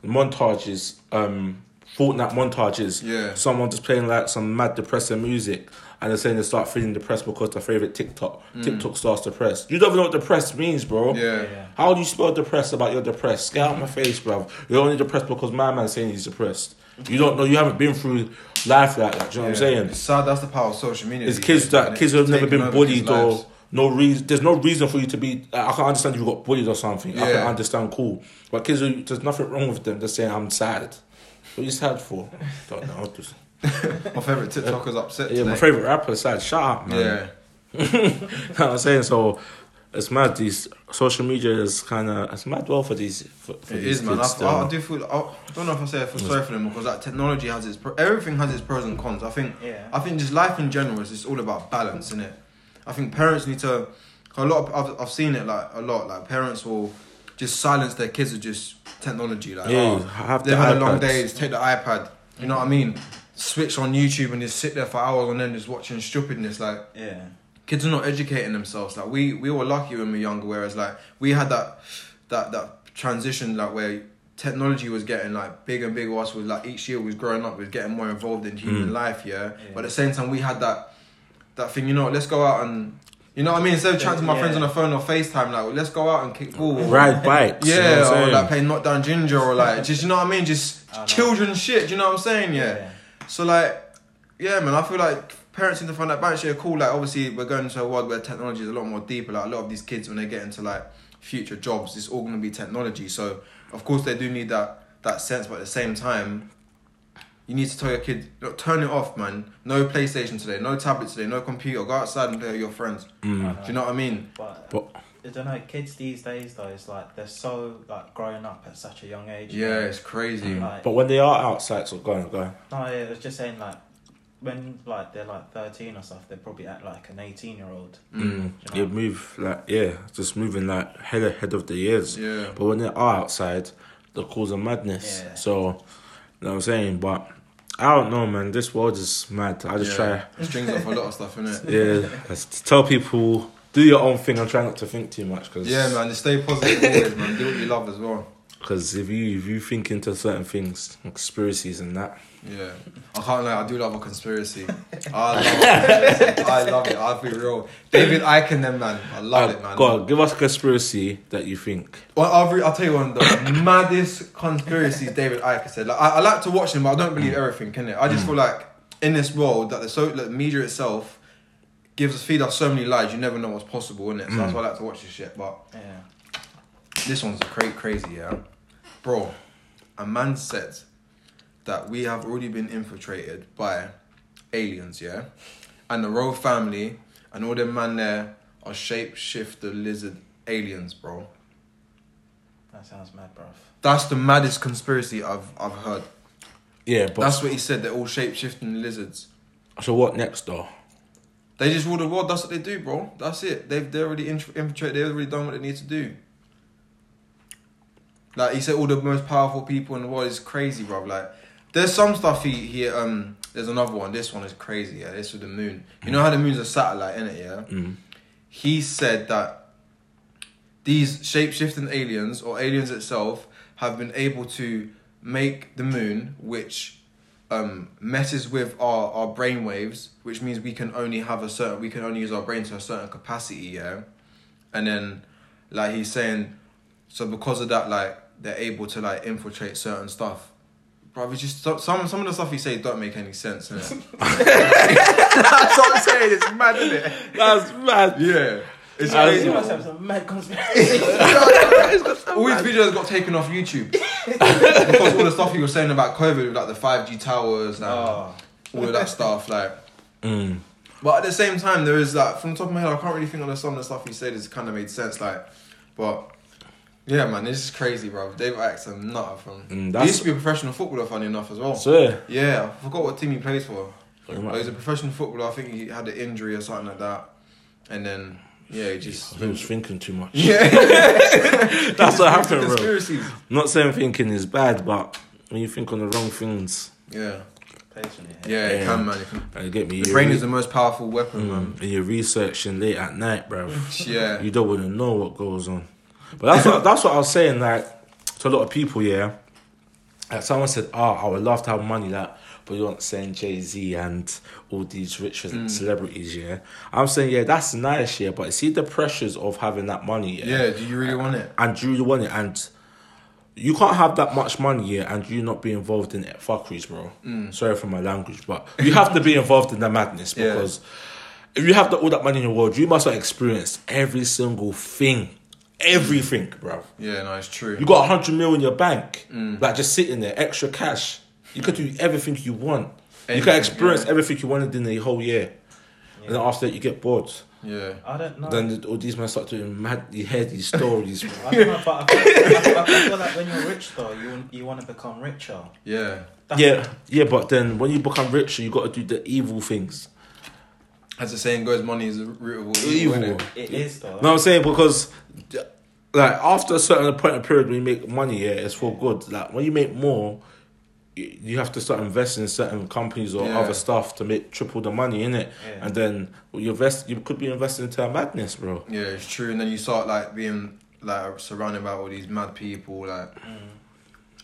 S1: montages, um, Fortnite montages.
S2: Yeah.
S1: someone just playing like some mad depressing music. And they're saying they start feeling depressed because their favorite TikTok TikTok starts depressed. You don't even know what depressed means, bro.
S2: Mm. Yeah.
S3: Yeah.
S1: How do you spell depressed about your depressed? Get out my face, bruv. You're only depressed because my man's saying he's depressed. You don't know. You haven't been through life like that. Do you know what I'm
S2: It's
S1: saying?
S2: sad. That's the power of social media.
S1: It's
S2: these
S1: kids
S2: days, man.
S1: that kids who have
S2: It's
S1: never
S2: taking
S1: been
S2: over kids'
S1: bullied or
S2: lives.
S1: no reason. There's no reason for you to be. I I can understand if you got bullied or something. I can
S2: Yeah.
S1: understand. Cool, but kids, who, there's nothing wrong with them. They're saying I'm sad. What are you sad for? Don't know. Just-
S2: My favorite TikToker's upset.
S1: yeah, my
S2: today.
S1: favorite rapper is sad. Shut up, man.
S2: Yeah.
S1: You know what I'm saying? So it's mad. These social media is kind of it's mad well for these. For, for
S2: It
S1: these
S2: is, man. I,
S1: kids, though.
S2: I, I do feel. I don't know if I say I feel sorry for them because that technology has its. Pro- everything has its pros and cons. I think.
S3: Yeah.
S2: I think just life in general is just all about balance, is it? I think parents need to. 'cause A lot. Of, I've I've seen it like a lot. Like parents will just silence their kids with just technology. Like
S1: Yeah,
S2: oh,
S1: have the
S2: they've had a long
S1: iPads.
S2: day. Just take the iPad. You know what I mean? Switch on YouTube and just sit there for hours on end, just watching stupidness. Like
S3: Yeah.
S2: kids are not educating themselves. Like we we were lucky when we were younger, whereas like we had that that that transition like where technology was getting like big and big us was like each year we was growing up, we was getting more involved in human
S1: Hmm.
S2: life, yeah? But at the same time we had that that thing, you know, let's go out and you know what I mean? Instead of chatting to my
S3: Yeah.
S2: friends on the phone or FaceTime, like let's go out and kick ball. or-
S1: ride bikes. you know
S2: yeah,
S1: what I'm
S2: or
S1: saying?
S2: like playing knockdown ginger, or like just you know what I mean, just
S3: I know.
S2: children shit. Do you know what I'm saying? Yeah.
S3: Yeah.
S2: So like, yeah, man, I feel like parents need to find that balance. Yeah, cool. Like obviously we're going into a world where technology is a lot more deeper. Like a lot of these kids when they get into like future jobs, it's all gonna be technology. So of course they do need that that sense, but at the same time. You need to tell your kid, look, turn it off, man. No PlayStation today, no tablet today, no computer. Go outside and play with your friends. Mm. Do you know what I mean?
S3: But,
S1: But-
S3: I don't know. Kids these days though, it's like they're so like growing up at such a young age.
S2: Yeah, it's crazy.
S3: Like,
S1: But when they are outside, so go on, go on.
S3: no, it was just saying like when like they're like thirteen or stuff, they probably act like an eighteen year old.
S1: Mm.
S3: Do you
S1: You
S3: know?
S1: move like yeah, just moving like head ahead of the years.
S2: Yeah.
S1: But when they are outside, they're causing madness.
S3: Yeah.
S1: So, you know what I'm saying? But I don't know, man. This world is mad. I just try.
S2: Strings off a lot of stuff, innit?
S1: Yeah, just tell people do your own thing and try not to think too much. Cause
S2: Yeah, man, just stay positive always, man. Do what you love as well.
S1: 'cause if you if you think into certain things, conspiracies and that.
S2: Yeah. I can't lie, I do love a conspiracy. I love a conspiracy. I love it. I'll be real. David Icke and them, man. I love
S1: Uh,
S2: it, man.
S1: Go on, give us a conspiracy that you think.
S2: Well, I'll, re- I'll tell you one of the maddest conspiracies David Icke said. Like, I, I like to watch him, but I don't
S1: Mm.
S2: believe everything, can it? I just feel like in this world that the so like, media itself gives us feed us so many lies. You never know what's possible, innit? So
S1: Mm.
S2: that's why I like to watch this shit. But
S3: Yeah.
S2: This one's cra- crazy, yeah. Bro, a man said that we have already been infiltrated by aliens, yeah? And the royal family and all them man there are shape shifter lizard aliens, bro.
S3: That sounds mad, bruv.
S2: That's the maddest conspiracy I've I've heard.
S1: Yeah, but
S2: That's what he said, they're all shape shifting lizards.
S1: so what next though?
S2: They just rule the world, that's what they do, bro. That's it. They've they already inf- infiltrated, they've already done what they need to do. Like he said, all the most powerful people in the world is crazy, bro. Like, there's some stuff he he um. There's another one. This one is crazy. Yeah, this with the moon. You know how the moon's a satellite, innit? Yeah. He said that these shape shifting aliens or aliens itself have been able to make the moon, which um messes with our our brain waves, which means we can only have a certain we can only use our brain to a certain capacity. Yeah, and then like he's saying so because of that, like they're able to like infiltrate certain stuff. Bro, it's just so- some some of the stuff he say don't make any sense. Innit? That's what I'm saying. It's mad, isn't it?
S1: That's mad.
S2: Yeah, it's
S1: I
S2: crazy.
S1: know.
S3: must have some mad conspiracy.
S2: All his videos got taken off YouTube because all the stuff he was saying about COVID, with, like the five G towers and
S3: oh,
S2: all of that stuff, like.
S1: Mm.
S2: But at the same time, there is like from the top of my head, I can't really think of some of the stuff he said. It's kind of made sense, like, but yeah, man, this is crazy, bro. David Icke's a nutter from.
S1: Mm,
S2: he
S1: that's-
S2: used to be a professional footballer, funny enough, as well.
S1: So yeah.
S2: yeah, I forgot what team he plays for.
S1: Got him
S2: But he's
S1: right.
S2: a professional footballer. I think he had an injury or something like that, and then yeah, he just
S1: He was thinking too much.
S2: yeah.
S1: That's what happened, bro.
S2: Conspiracies.
S1: Not saying thinking is bad, but when you think on the wrong things,
S2: Yeah,
S3: Personally,
S2: yeah, it
S1: Yeah.
S2: can man. It can-
S1: uh, get me.
S2: The
S1: You're
S2: brain
S1: re-
S2: is the most powerful weapon, man.
S1: Mm, and you're researching late at night, bro.
S2: Yeah,
S1: you don't want to know what goes on. But that's what that's what I was saying. Like to a lot of people, yeah. Like someone said, "Oh, I would love to have money, like, but you aren't saying Jay Z and all these rich
S2: Mm.
S1: celebrities, yeah." I'm saying, yeah, that's nice, yeah, but see the pressures of having that money, yeah,
S2: yeah. Do you really want it?
S1: and do you want it? And you can't have that much money, yeah, and you not be involved in fuckeries, bro. Sorry for my language, but you have to be involved in the madness
S2: Mm. Yeah.
S1: because if you have the, all that money in the world, you must have experienced every single thing, everything, bro.
S2: Yeah, no, it's true.
S1: You got a hundred mil in your bank,
S2: Mm.
S1: like just sitting there, extra cash. You could do everything you want. you
S2: Anything,
S1: can experience
S2: yeah.
S1: everything you wanted in the whole year, and then after that you get bored.
S2: yeah,
S3: I don't know.
S1: Then all these men start doing mad, you hear these stories. bro.
S3: I don't know, but I feel, I, I feel like when you're rich though, you want- you want to become richer.
S2: yeah.
S3: That's
S1: Yeah, yeah, but then when you become richer, you got to do the evil things.
S2: As the saying goes, money is the root of all evil.
S1: Evil.
S2: innit?
S1: No,
S3: it is though.
S1: I'm saying because, like, after a certain point of period, when you make money, yeah, it's for good. Like, when you make more, y- you have to start investing in certain companies or
S2: Yeah.
S1: other stuff to make triple the money in it,
S3: Yeah.
S1: and then you invest. You could be investing into madness, bro.
S2: Yeah, it's true. And then you start like being like surrounded by all these mad people, like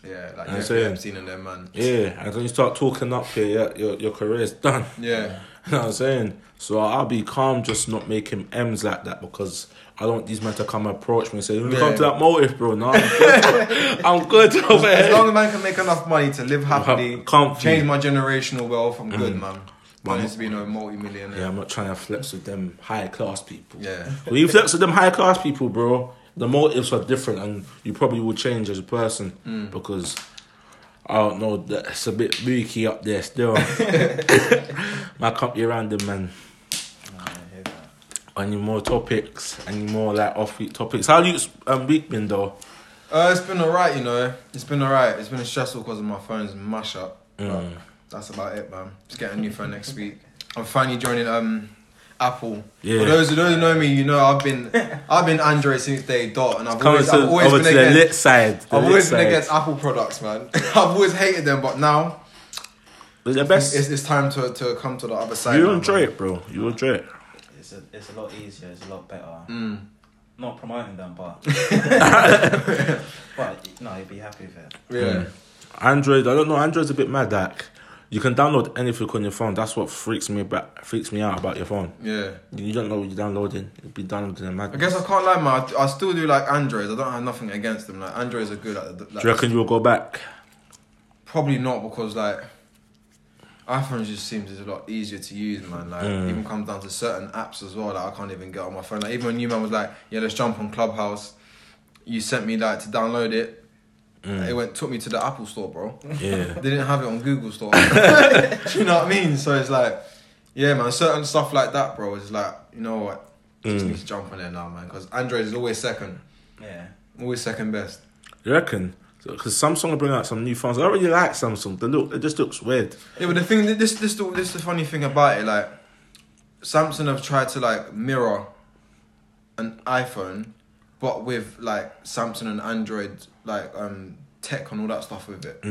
S2: yeah, like
S1: I'm
S2: Jeffrey
S1: saying.
S2: Epstein and them man.
S1: Mm. Yeah, and then you start talking up here, yeah, your your career's done.
S2: Yeah,
S1: You know what I'm saying? So I'll be calm just not making M's like that because I don't want these men to come approach me and say, Let me
S2: Yeah.
S1: come to that motive, bro. No, I'm good. I'm good over
S2: as
S1: here.
S2: long as man can make enough money to live happily,
S1: comfy. Mm.
S2: change my generational wealth, I'm good, man.
S1: But
S2: Man
S1: I'm-
S2: needs to be no multi-millionaire.
S1: Yeah, I'm not trying to flex with them high class people.
S2: Yeah.
S1: When you flex with them high class people, bro, the motives are different and you probably will change as a person
S2: Mm.
S1: because I don't know, that's a bit booky up there still. My company around them, man.
S3: No, I hear that.
S1: Any more topics? Any more like off week topics? How you um, week been though?
S2: Uh, it's been alright, you know. It's been alright. It's been stressful because of my phone's mash up.
S1: Mm.
S2: But That's about it, man. Just getting a new phone next week. I'm finally joining um Apple.
S1: Yeah.
S2: For those who don't know me, you know I've been I've been Android since day dot, and I've
S1: Coming
S2: always,
S1: to,
S2: I've always
S1: over
S2: been
S1: to the
S2: against
S1: lit side. The
S2: I've
S1: lit
S2: always been
S1: side.
S2: against Apple products, man. I've always hated them, but now
S1: It's the
S2: it's,
S1: best.
S2: it's time to, to come to the other side.
S1: you
S2: now,
S1: enjoy
S2: man.
S1: it, bro. You enjoy it.
S3: It's a, it's a lot easier. It's a lot better.
S2: Mm.
S3: Not promoting them, but but no, you'd be happy with it.
S2: Yeah,
S1: Mm. Android, I don't know. Android's a bit mad. Like you can download anything on your phone. That's what freaks me about. Freaks me out about your phone.
S2: yeah.
S1: You don't know what you're downloading. You'll be downloading a
S2: I
S1: madness.
S2: guess I can't lie, man. I, I still do like androids. I don't have nothing against them. Like androids are good. Like, the-
S1: Do
S2: like,
S1: you reckon you will go back?
S2: Probably not because like iPhone just seems it's a lot easier to use, man. Like
S1: Mm.
S2: even comes down to certain apps as well. Like I can't even get on my phone. Like even when you man was like, yeah, let's jump on Clubhouse. You sent me like to download it. It went took me to the Apple store, bro.
S1: Yeah.
S2: They didn't have it on Google Store. Do you know what I mean? So it's like, yeah, man, certain stuff like that, bro. It's like, you know what? Just need to jump on there now, man, because Android is always second,
S3: Yeah.
S2: always second best.
S1: You reckon? Because Samsung will bring out some new phones. I already like Samsung. They look. It just looks weird.
S2: Yeah, but the thing, this, this, the, this, the funny thing about it, like, Samsung have tried to like mirror an iPhone, but with like Samsung and Android, like um tech and all that stuff with it.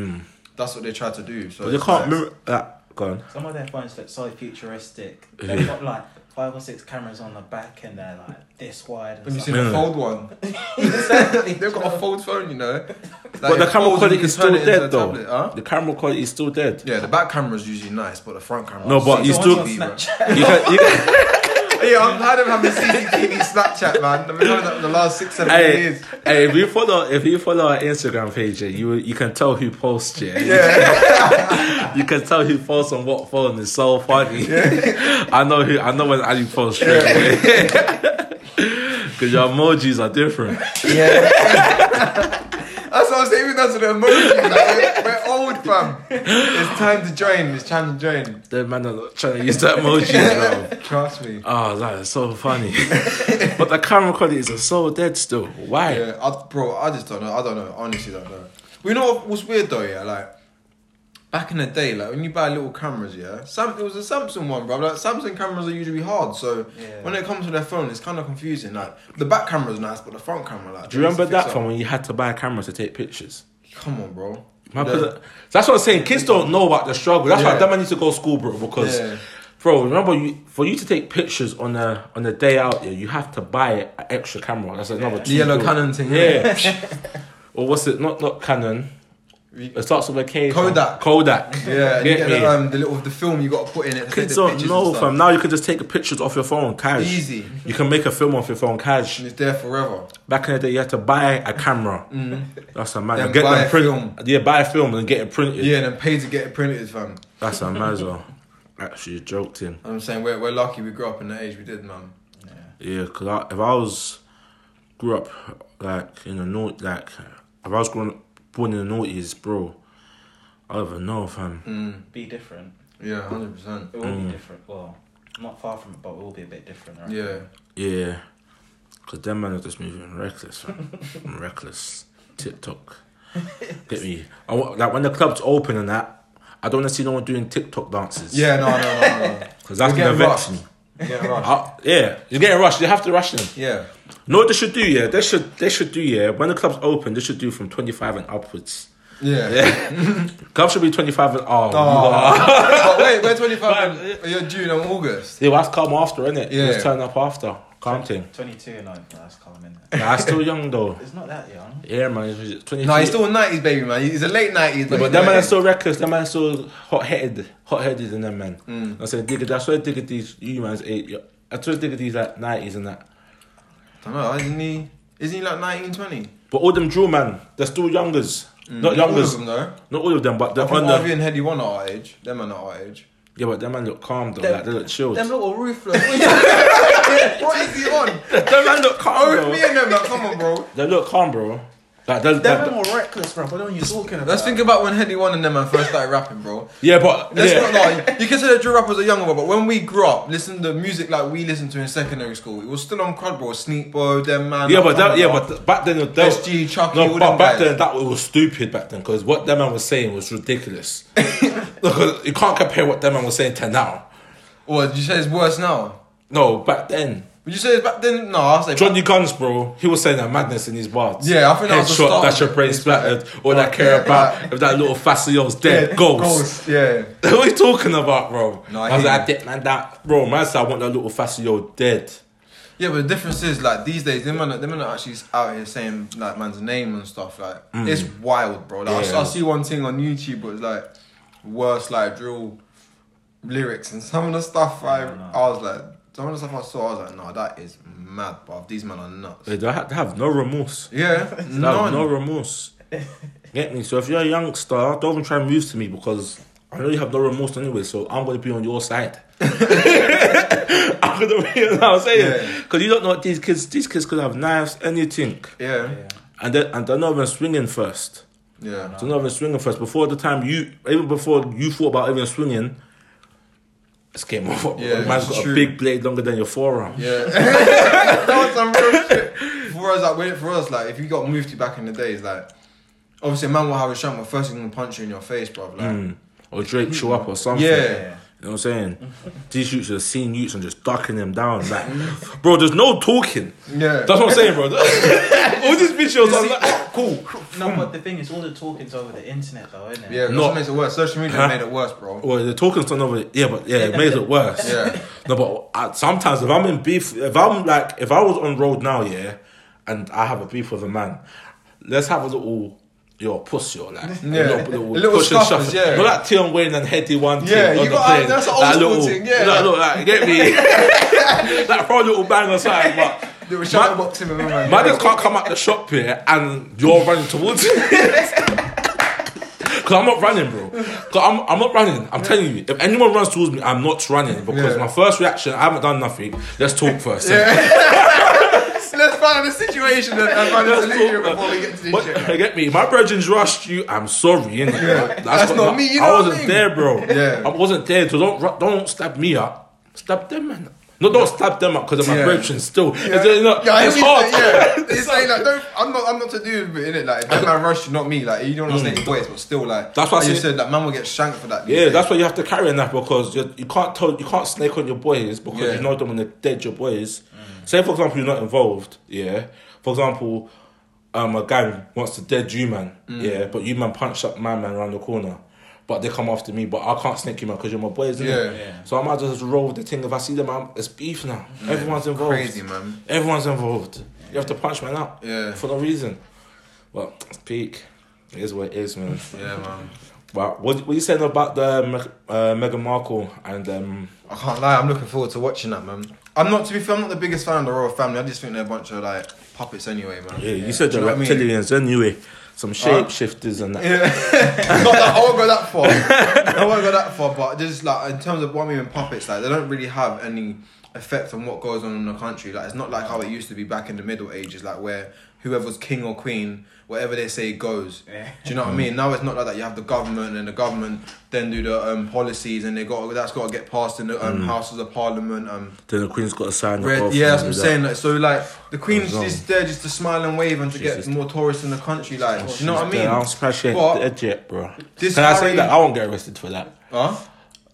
S2: That's what they tried to do.
S1: Mm.
S2: So
S1: But they
S2: it's
S1: can't
S2: like-
S1: mirror that. Go on.
S3: Some of their phones look so futuristic. They've got like five or six cameras on the back, and they're like this wide.
S2: When
S3: And
S2: you see
S3: stuff.
S2: the
S1: Yeah.
S2: fold one,
S3: exactly.
S2: They've got a fold phone, you know. Like,
S1: But the camera
S2: it folds
S1: quality
S2: and you
S1: is
S2: turn
S1: still
S2: it into a
S1: dead, though.
S2: tablet, huh?
S1: The camera quality is still dead.
S2: Yeah, the back camera's usually nice, but the front camera.
S1: No, but
S2: See,
S1: you
S2: the
S1: still-
S2: ones on Snapchat.
S1: You can, you can,
S2: yeah, I'm tired of having CCTV Snapchat, man. I've been having that for the last six, seven
S1: hey,
S2: years.
S1: hey, if you follow if you follow our Instagram page, yeah, you you can tell who posts yeah.
S2: Yeah,
S1: You can tell who posts on what phone. It's so funny. I know who I know when Ali posts straight Because your emojis are different.
S2: yeah. That's what I'm saying. Even that's an emoji. Like, we're, we're old, fam. It's time to join. It's time to join.
S1: Them man are not trying to use the emojis, bro.
S2: Trust me.
S1: Oh, that is so funny. but the camera qualities are so dead still. Why?
S2: Yeah, I, bro, I just don't know. I don't know. Honestly, don't know. We know what- what's weird though. Yeah, like back in the day, like when you buy little cameras, yeah, Sam, it was a Samsung one, bro. Like Samsung cameras are usually hard, so
S3: Yeah.
S2: when it comes to their phone, it's kind of confusing. Like the back camera's nice, but the front camera, like,
S1: Do you remember
S2: they need to
S1: that
S2: fix
S1: from when you had to buy a camera to take pictures?
S2: up. Come on, bro.
S1: Man,
S2: The-
S1: 'cause- That's what I'm saying. Kids don't know about the struggle. That's why
S2: Yeah.
S1: that man needs to go to school, bro. Because,
S2: Yeah.
S1: bro, remember you for you to take pictures on a on a day out there, you have to buy an extra camera. That's another
S3: The
S1: two
S2: yellow
S1: bill.
S2: Canon thing,
S1: Yeah. or what's it? Not not Canon.
S2: We-
S1: It starts with a K. fam.
S2: Kodak.
S1: Kodak.
S2: yeah, and you
S1: Get
S2: get
S1: me.
S2: the, um, the little the film you got to put in it. to take
S1: Kids
S2: the
S1: don't
S2: pictures
S1: know,
S2: and stuff.
S1: fam. Now you can just take the pictures off your phone, cash.
S2: Easy.
S1: You can make a film off your phone, cash.
S2: And it's there forever.
S1: Back in the day, you had to buy a camera. That's a man.
S2: Mm-hmm. Then
S1: Get
S2: buy
S1: them
S2: a
S1: print-
S2: film.
S1: Yeah, buy a film and get it printed.
S2: Yeah, and then pay to get it printed, fam.
S1: That's a man as well. Actually, joked him.
S2: I'm saying we're, we're lucky we grew up in the age we did, man.
S1: Yeah, because I, if I was grew up like in the north, like if I was grown, born in the noughties, bro, I don't even know, fam.
S2: Mm.
S3: Be different.
S2: Yeah, hundred percent.
S3: It will
S1: Mm.
S3: be different. Well, not far from it, but it will be a bit different, right?
S2: Yeah,
S1: Yeah, because them man are just moving reckless, fam. reckless. TikTok, get me. I want, like when the clubs open and that. I don't want to see no one doing TikTok dances.
S2: yeah, no, no, no, no.
S1: because that's
S2: We're
S1: gonna
S2: getting
S1: vex me.
S2: rushed. Yeah, right.
S1: I, yeah, you're getting rushed. You have to rush them.
S2: Yeah,
S1: No, they should do yeah. They should they should do yeah. When the clubs open, they should do from twenty five and upwards.
S2: yeah.
S1: Club should be 25 and oh,
S2: Oh. but wait, we're 25.
S1: But- uh,
S2: and you're June and August.
S1: They have come after, innit? Yeah.
S2: Yeah.
S1: Just turn up after. Calm thing.
S3: 22 and over, that's calm, innit?
S1: Nah, I'm still young though.
S3: It's not that young.
S1: Yeah, man. it's- it's 23.
S2: No, he's still a 90s baby, man. He's a late 90s.
S1: Yeah,
S2: he's
S1: but that
S2: not-
S1: man is so reckless. That man is so hot headed. Hot headed than that man.
S2: Mm.
S1: I said, Digga, that's why Diggity's, you man's eight. yeah. I told Diggity's like 90s and that.
S2: I don't know, isn't he? Isn't he like 19, 20?
S1: But all them drill man, they're still youngers. Not
S2: Mm. All of
S1: youngers.
S2: them, though.
S1: Not all of them, but
S2: I
S1: they're
S2: think
S1: on the.
S2: Harvey and Heady one are our age. Them are not our age.
S1: Yeah, but that man look calm though.
S2: Them-
S1: like, they look chilled.
S2: Them
S1: That
S2: little ruthless. what is he on?
S1: man look calm.
S2: Oh, me
S1: Bro.
S2: and them, like, come on, bro.
S1: They look calm, bro. Like, they
S3: They're
S1: they
S3: more reckless, bro. I don't know what you're talking about.
S2: Let's think about when Heady one and them man first started rapping, bro.
S1: yeah, but.
S2: Let's
S1: yeah.
S2: not lie. You consider drill rappers a younger one, but when we grew up, listen to the music like we listened to in secondary school. It was still on Crud, bro. Sneak Bo, them man.
S1: Yeah,
S2: like,
S1: but
S2: come
S1: that,
S2: on,
S1: yeah,
S2: bro.
S1: but th- back then, that,
S2: SG, Chucky,
S1: no,
S2: all
S1: but
S2: them
S1: back
S2: guys.
S1: then that was stupid back then because what that man was saying was ridiculous. Look, you can't compare what that man was saying to now.
S2: Or did you say it's worse now?
S1: No, back then,
S2: Would you say it's back then? No, I'll say.
S1: Johnny Guns, bro, he was saying that madness in his bars.
S2: Yeah, I think that was the
S1: headshot,
S2: start.
S1: that's your brain splattered. All I care
S2: yeah.
S1: about if that little Fasio's dead,
S2: Yeah,
S1: ghost.
S2: Yeah.
S1: what are you talking about, bro?
S2: No, I
S1: I, was
S2: hear
S1: like,
S2: you.
S1: that man, that bro, man, said I want that little Fasio dead.
S2: Yeah, but the difference is like these days, them man, them man are actually out here saying like man's name and stuff. Like it's wild, bro. Like, I s-
S1: Mm. Yeah.
S2: I, see one thing on YouTube, but it's like worse like drill lyrics and some of the stuff. I I was like, some of the stuff I saw, I was like, no, that is mad, bro. These men are nuts.
S1: They don't have, they have no remorse.
S2: Yeah,
S1: No,
S2: none.
S1: no remorse. Get me? So if you're a youngster, don't even try and move to me because I know you have no remorse anyway. So I'm gonna be on your side. I'm gonna be. You know what I'm saying?
S2: Yeah.
S1: Because you don't know what these kids. These kids could have knives, anything,
S2: Yeah,
S3: Yeah.
S1: and they and they're not even swinging first.
S2: yeah.
S1: They're not even swinging first. Before the time you, even before you thought about even swinging, it's game over.
S2: Yeah,
S1: Yeah, man's
S2: it's
S1: got a
S2: true.
S1: big blade longer than your forearm.
S2: Yeah. that was some real shit. For us, like, when- for us, like, if you got moved to back in the days, like, obviously a man will have a shank, but first he's gonna punch you in your face, bro. Like,
S1: Mm. Or Drake show up or something.
S2: yeah.
S1: You know what I'm saying? These youths are seeing youths and just ducking them down. Like, bro, there's no talking.
S2: Yeah.
S1: That's what I'm saying, bro. All these videos are like,
S2: cool.
S3: No, but the thing is, all the talking's over the internet, though, isn't it?
S2: Yeah, that's
S1: Not-
S2: what makes it worse. Social media
S1: Huh?
S2: made it worse, bro.
S1: well, the talking's done over. Yeah, but yeah, it makes it worse.
S2: Yeah.
S1: No, but I, sometimes if I'm in beef, if I'm like, if I was on road now, yeah, and I have a beef with a man, let's have a little. Your pussy or like
S2: Yeah.
S1: little,
S2: A little
S1: push and
S2: scuffers,
S1: shuffle.
S2: yeah.
S1: Not like Tion Wayne and Heady one thing
S2: Yeah,
S1: on
S2: you
S1: the
S2: got-
S1: plane.
S2: that's an old
S1: That
S2: school
S1: little,
S2: thing, yeah.
S1: Like, look, like, get me. like throw a little bang or something, but
S2: They were
S1: Ma-
S2: shouting boxing with my man.
S1: Man just can't come out the shop here and you're running towards it. Cause I'm not running, bro. Cause I'm I'm not running. I'm telling you, if anyone runs towards me, I'm not running because
S2: Yeah.
S1: my first reaction, I haven't done nothing. Let's talk first.
S2: Let's find the situation and, and find a solution before we get to this
S1: But,
S2: shit. man.
S1: get me? My brethren's rushed you. I'm sorry, innit? That's,
S2: That's not me, you know
S1: I
S2: what I
S1: wasn't
S2: mean?
S1: there, bro.
S2: Yeah.
S1: I wasn't there. So don't ru- don't stab me up. Stab them, man. No, don't stab them up because of my
S2: Yeah.
S1: corruption still.
S2: Yeah,
S1: It's, it's not,
S2: yeah, I hear
S1: it's
S2: you
S1: hard.
S2: say- yeah. It's like, like, don't, I'm not, I'm not to do with it, innit? Like, that man rushed you, not me. Like, you don't understand your boys, but still, like,
S1: That's why I
S2: like you
S1: say-
S2: said that man will get shanked for that. these
S1: Yeah,
S2: days.
S1: that's why you have to carry on that because you're, you can't tell you can't snake on your boys because
S2: Yeah.
S1: you know them when they're dead. Your boys, say for example you're not involved. Yeah, for example, um, a gang wants to dead you man.
S2: Mm.
S1: Yeah, but you man punched up my man around the corner. But they come after me, but I can't snake you, man, because you're my boys. innit?
S2: Yeah.
S3: Yeah.
S1: So I might just roll with the thing. If I see them, I'm, it's beef now. Everyone's involved.
S2: Mm. crazy, man.
S1: Everyone's involved. You have to punch man out.
S2: Yeah.
S1: For no reason. But it's peak. It is what it is, man.
S2: Yeah, man.
S1: But what, what are you saying about the Me- uh, Meghan Markle and um,
S2: I can't lie. I'm looking forward to watching that, man. I'm not to be fair. I'm not the biggest fan of the royal family. I just think they're a bunch of like puppets, anyway, man.
S1: yeah, you said
S2: Do
S1: the
S2: you know what I mean? Uh,
S1: reptilians anyway, some shapeshifters and that.
S2: Yeah. not that I won't go that far. I won't go that far, but just like in terms of what I mean with puppets, like they don't really have any effect on what goes on in the country. Like it's not like how it used to be back in the Middle Ages, like where whoever's king or queen, whatever they say goes.
S3: Yeah.
S2: Do you know what I mean? Now it's not like that. You have the government, and the government then do the um, policies, and they got that's got to get passed in the um, houses of parliament. Um,
S1: Then Mm. the Queen's got to sign it
S2: Red,
S1: off
S2: yeah,
S1: and
S2: that's what I'm
S1: do that.
S2: saying. Like, so, like, the Queen's
S1: Wrong.
S2: just there just to smile and wave and to get
S1: just-
S2: more tourists in the country. Like, do you know what I
S1: Yeah,
S2: mean?
S1: I don't smash it
S2: But-
S1: dead yet, bro.
S2: This
S1: Can I say
S2: Harry-
S1: that? I won't get arrested for that.
S2: Huh?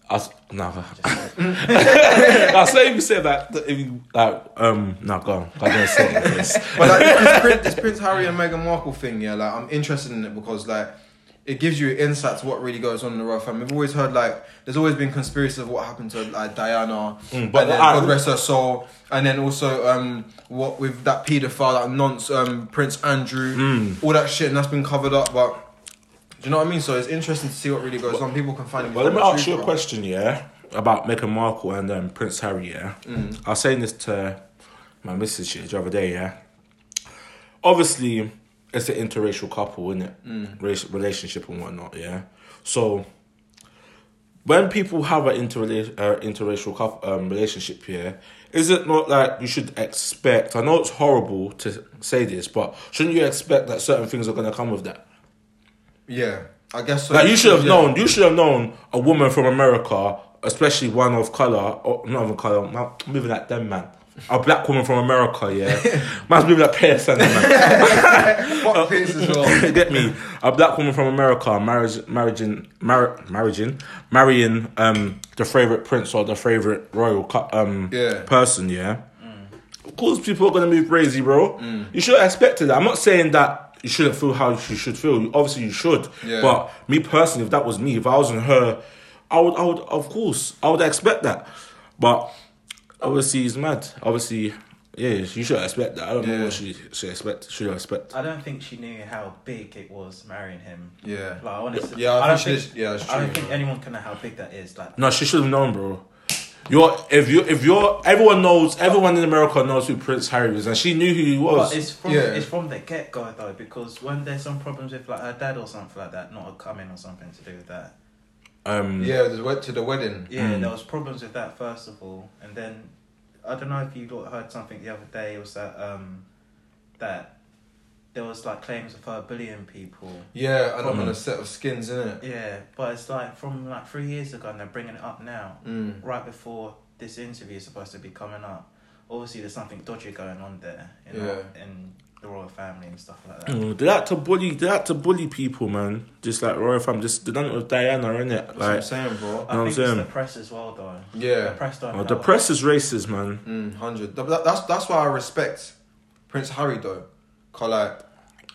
S1: I s- nah. I'll say if you say that, that if you, like, um, nah, go on. I don't say this.
S2: But like, this, Prince, this Prince Harry and Meghan Markle thing, yeah, like I'm interested in it because like it gives you insight to what really goes on in the royal family. We've always heard like there's always been conspiracies of what happened to like Diana,
S1: Mm, but
S2: and then,
S1: I-
S2: God rest her soul, and then also um what with that paedophile, that nonce um Prince Andrew,
S1: Mm.
S2: all that shit, and that's been covered up, but. Do you know what I mean? So it's interesting to see what really goes on. People can find.
S1: Well, let me ask you a question, yeah, about Meghan Markle and um, Prince Harry, yeah. I was saying this to my missus shit the other day, yeah. Obviously, it's an interracial couple, isn't it? Race, relationship and whatnot, yeah. So, when people have an interrela- uh, interracial couple, um, relationship here, is it not like you should expect? I know it's horrible to say this, but shouldn't you expect that certain things are going to come with that?
S2: Yeah, I guess so.
S1: Like you should have
S2: Yeah.
S1: known. You should have known a woman from America, especially one of color, or not of color. Man, I'm moving like them, man. A black woman from America, yeah. Man's moving like PSN, man.
S2: Fuck this as well.
S1: Get me a black woman from America, marriage, marrying, mar- marrying, marrying um the favorite prince or the favorite royal cu- um
S2: Yeah. Mm.
S1: person, yeah. Of course, people are gonna move crazy, bro. You should have expected that. I'm not saying that you shouldn't feel how you should feel. You- Obviously, you should.
S2: Yeah.
S1: But me personally, if that was me, if I was in her, I would, I would, of course, I would expect that. But obviously, it's mad. Obviously, yeah, you should expect that. I don't know
S2: Yeah.
S1: what she should expect. Should expect.
S3: I don't think she knew how big it was marrying him.
S2: Yeah.
S3: Like, honestly,
S2: Yeah, I
S3: don't
S2: think she
S3: think,
S2: is- yeah, it's
S3: I don't
S2: true.
S3: think anyone can know how big that is. Like,
S1: No, she should have known, bro. You're if you if you're everyone knows everyone in America knows who Prince Harry is, and she knew who he was.
S3: But it's from
S2: Yeah.
S3: it's from the get go though, because when there's some problems with like her dad or something like that, not a coming or something to do with that.
S1: um,
S2: Yeah, they went to the wedding.
S3: Yeah, there was problems with that first of all, and then I don't know if you lot heard something the other day. It was that um that there was like claims of her bullying people.
S2: Yeah, and I'm on
S1: Mm.
S2: a set of skins, innit?
S3: Yeah, but it's like from like three years ago, and they're bringing it up now,
S2: Mm.
S3: right before this interview is supposed to be coming up. Obviously, there's something dodgy going on there, you know, in the royal family and stuff like that.
S1: Mm, They like to bully. They like to bully people, man. Just like royal fam. Just they done it with Diana, innit?
S2: That's what I'm
S1: Like,
S2: saying, bro.
S3: I
S1: Know what I'm
S3: think it's
S1: saying?
S3: the press as well, though. The
S2: Yeah,
S3: press don't.
S1: oh,
S3: know.
S1: the press is racist, man.
S2: mm, hundred. Th- that- That's that's why I respect Prince Harry though, cause like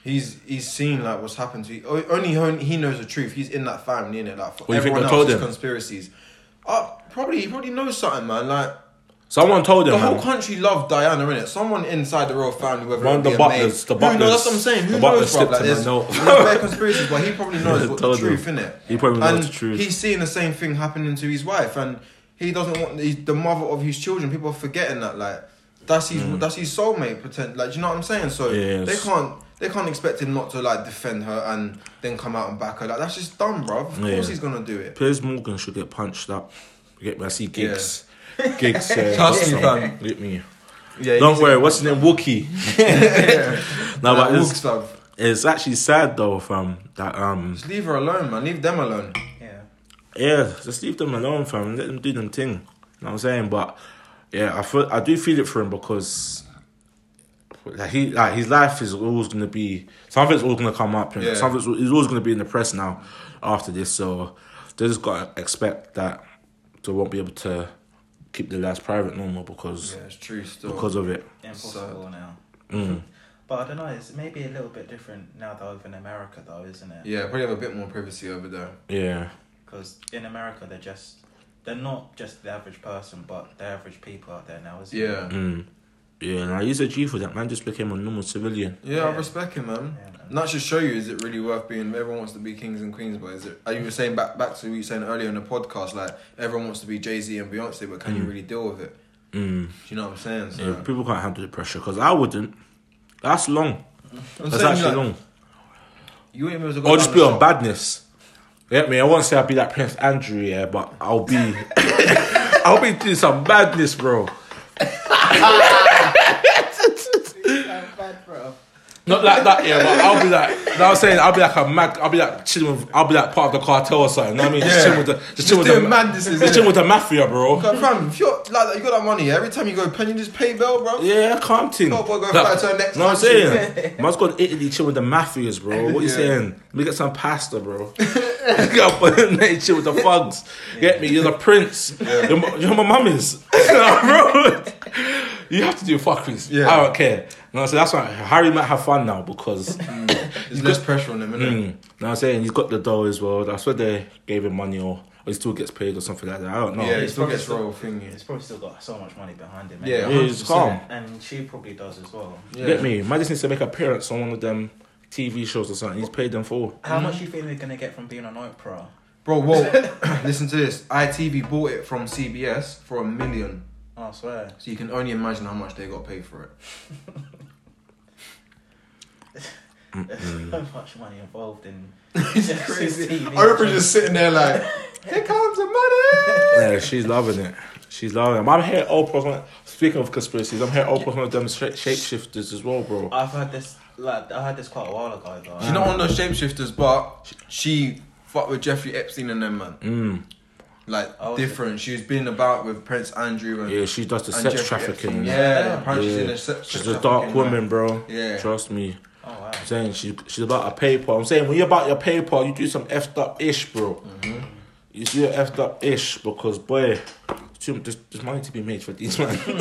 S2: he's he's seen like what's happened to. o- Only he- he knows the truth. He's in that family, innit? Like for
S1: What do you think
S2: everyone
S1: they told
S2: else's
S1: him?
S2: conspiracies. Uh, probably he probably knows something, man. Like
S1: Someone told him,
S2: the whole
S1: man.
S2: country loved Diana, innit? Someone inside the royal family, whether
S1: One
S2: it
S1: of
S2: be
S1: the
S2: a
S1: butlers,
S2: maid-
S1: the
S2: Who
S1: butlers,
S2: knows? That's what I'm saying. Who
S1: the butler
S2: knows, bro?
S1: slipped
S2: Like,
S1: him a
S2: there's,
S1: note.
S2: there's bare conspiracies, but he probably knows what the
S1: Told him.
S2: truth, innit?
S1: He probably knows
S2: and
S1: the truth.
S2: He's seeing the same thing happening to his wife, and he doesn't want he's the mother of his children. People are forgetting that, like that's his
S1: Mm.
S2: that's his soulmate. Pretend, like do you know what I'm saying. So
S1: Yes.
S2: they can't they can't expect him not to like defend her and then come out and back her. Like that's just dumb, bro. Of
S1: Yeah.
S2: course he's gonna do it.
S1: Piers Morgan should get punched up. Get me? I see gigs. Gigs. Uh,
S2: Trust me,
S1: what's
S2: fam.
S1: up? Get me.
S2: Yeah,
S1: Don't worry. What's his name? Wookie. no, but
S2: Like,
S1: it's,
S2: stuff.
S1: it's actually sad though, fam. That um,
S2: Just leave her alone, man. Leave them alone.
S3: Yeah.
S1: yeah, just leave them alone, fam. and Let them do them thing. You know what I'm saying? But Yeah, I feel, I do feel it for him because like he like his life is always gonna be something's always gonna come up and
S2: Yeah.
S1: something's he's always gonna be in the press now after this. So they just gotta expect that they won't be able to keep their lives private no more because
S2: Yeah, it's true still.
S1: because of it.
S3: Impossible now.
S1: Mm.
S3: But I don't know, it's maybe a little bit different now though over in America though, isn't it?
S2: yeah, probably have a bit more privacy over there.
S1: Yeah,
S3: Because in America they're just they're not just the average person but the average people out there now, isn't
S2: Yeah.
S3: it?
S1: mm. yeah. And I use a G for that man. Just became a normal civilian.
S2: Yeah, I
S3: Yeah.
S2: respect him, man.
S3: Yeah, man.
S2: And that should show you is it really worth being everyone wants to be kings and queens, but is it as you were saying back back to what you were saying earlier in the podcast, like everyone wants to be Jay Z and Beyonce, but can you really deal with it?
S1: Mm.
S2: Do you know what I'm saying? So,
S1: Yeah, people can't handle the pressure because I wouldn't. That's long.
S2: I'm
S1: That's
S2: saying,
S1: actually
S2: like,
S1: long.
S2: You ain't able to go
S1: I'll
S2: down
S1: just
S2: the
S1: be on
S2: shop.
S1: badness. Yeah, me. I won't say I'll be like Prince Andrew, yeah, but I'll be, I'll be doing some badness, bro. Not like that, yeah. But I'll be like, you know what I'm saying I'll be like a mag. I'll be like chilling with. I'll be like part of the cartel or something. You know what I mean? Just
S2: Yeah.
S1: chilling with the, just, chilling with
S2: doing
S1: the,
S2: madnesses,
S1: just
S2: innit?
S1: chilling with the mafia, bro.
S2: Like, fam, if you're like that, you got that money. yeah? Every time you go pen, you just pay bill, bro.
S1: Yeah, calm thing.
S2: Go, go, go,
S1: Like,
S2: fly to the next
S1: know what I'm
S2: country.
S1: saying? Man's gone to Italy chill with the mafias, bro. What you
S2: Yeah.
S1: saying? Let me get some pasta, bro. Get up on that chill with the thugs. Get me? You're the prince. You're, my, you're my mummy's. bro. You have to do fuckeries.
S2: Yeah.
S1: I don't care. No, so that's why Harry might have fun now because
S2: There's less pressure on them, innit?
S1: Mm. Know what I'm saying he's got the dough as well. That's where they gave him money or, or he still gets paid or something like that. I don't know.
S2: Yeah, he
S3: it's
S2: still
S3: probably
S2: gets
S3: still-
S2: royal thingy.
S3: It's probably still got so much money behind it, man.
S2: Yeah,
S1: he's calm.
S3: And she probably does as well.
S2: Yeah.
S1: Get me? Man just needs to make an appearance on one of them TV shows or something. He's paid them for.
S3: How much do you think they're gonna get from being an opera?
S2: Bro, well, listen to this. ITV bought it from CBS for a million.
S3: Oh, I swear.
S2: So you can only imagine how much they got paid for it.
S3: There's so much money involved in just TV
S2: sitting there like, here comes the money.
S1: Yeah, she's loving it. She's loving it. I'm here Oprah's one. Speaking of conspiracies, I'm here Oprah's one of them shape- shapeshifters as well, bro.
S3: I've heard this like I heard this quite a while ago though.
S2: She's not one of those shapeshifters, but she fucked with Jeffrey Epstein and them, man.
S1: Mm.
S2: Like,
S3: Oh, okay.
S2: different. She's been about with Prince Andrew and,
S1: Yeah, she does the
S2: and
S1: sex
S2: Jeffrey Epstein.
S1: trafficking.
S2: Yeah,
S3: Yeah.
S2: apparently she's
S1: Yeah.
S2: in a sex
S1: She's a
S2: trafficking,
S1: dark
S2: man.
S1: woman, bro.
S2: Yeah.
S1: Trust me.
S3: Oh wow.
S1: I'm saying she, she's about a paper. I'm saying when you're about your paper, you do some effed up ish, bro.
S2: Mm-hmm.
S1: You do your effed up ish because, boy, too, there's, there's money to be made for these men.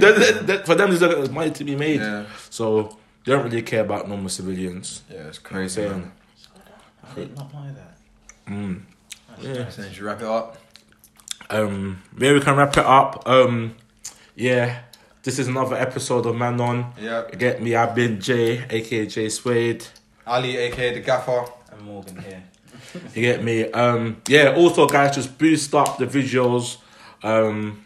S1: There- there- there- for them, there's, there's money to be made.
S2: Mm-hmm. Yeah.
S1: So they don't really care about normal civilians.
S2: Yeah, it's
S1: You know what I'm
S2: crazy.
S1: saying?
S2: Man.
S3: I did not know that.
S1: Mm.
S3: That's
S1: Yeah.
S3: nice.
S2: So should we wrap it up?
S1: um yeah we can wrap it up um yeah this is another episode of man on
S2: Yeah.
S1: get me i've been jay aka jay suede
S2: Ali, aka the Gaffer.
S3: And Morgan here.
S1: you get me um yeah also guys just boost up the visuals um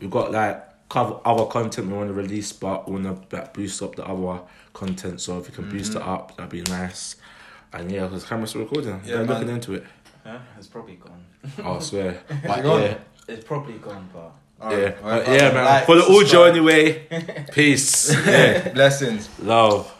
S1: we've got like cover other content we want to release but we want to like, boost up the other content so if you can boost
S2: Mm-hmm.
S1: it up that'd be nice and yeah because camera's still recording
S2: Yeah,
S1: yeah, I'm looking
S2: man.
S1: into it Oh,
S3: Huh? It's probably gone.
S1: i swear but
S2: gone?
S1: yeah
S3: It's probably gone, but
S2: Alright,
S1: yeah,
S2: alright,
S1: but yeah, man.
S2: like,
S1: For the audio,
S2: subscribe.
S1: anyway. Peace. Yeah.
S2: Blessings.
S1: Love.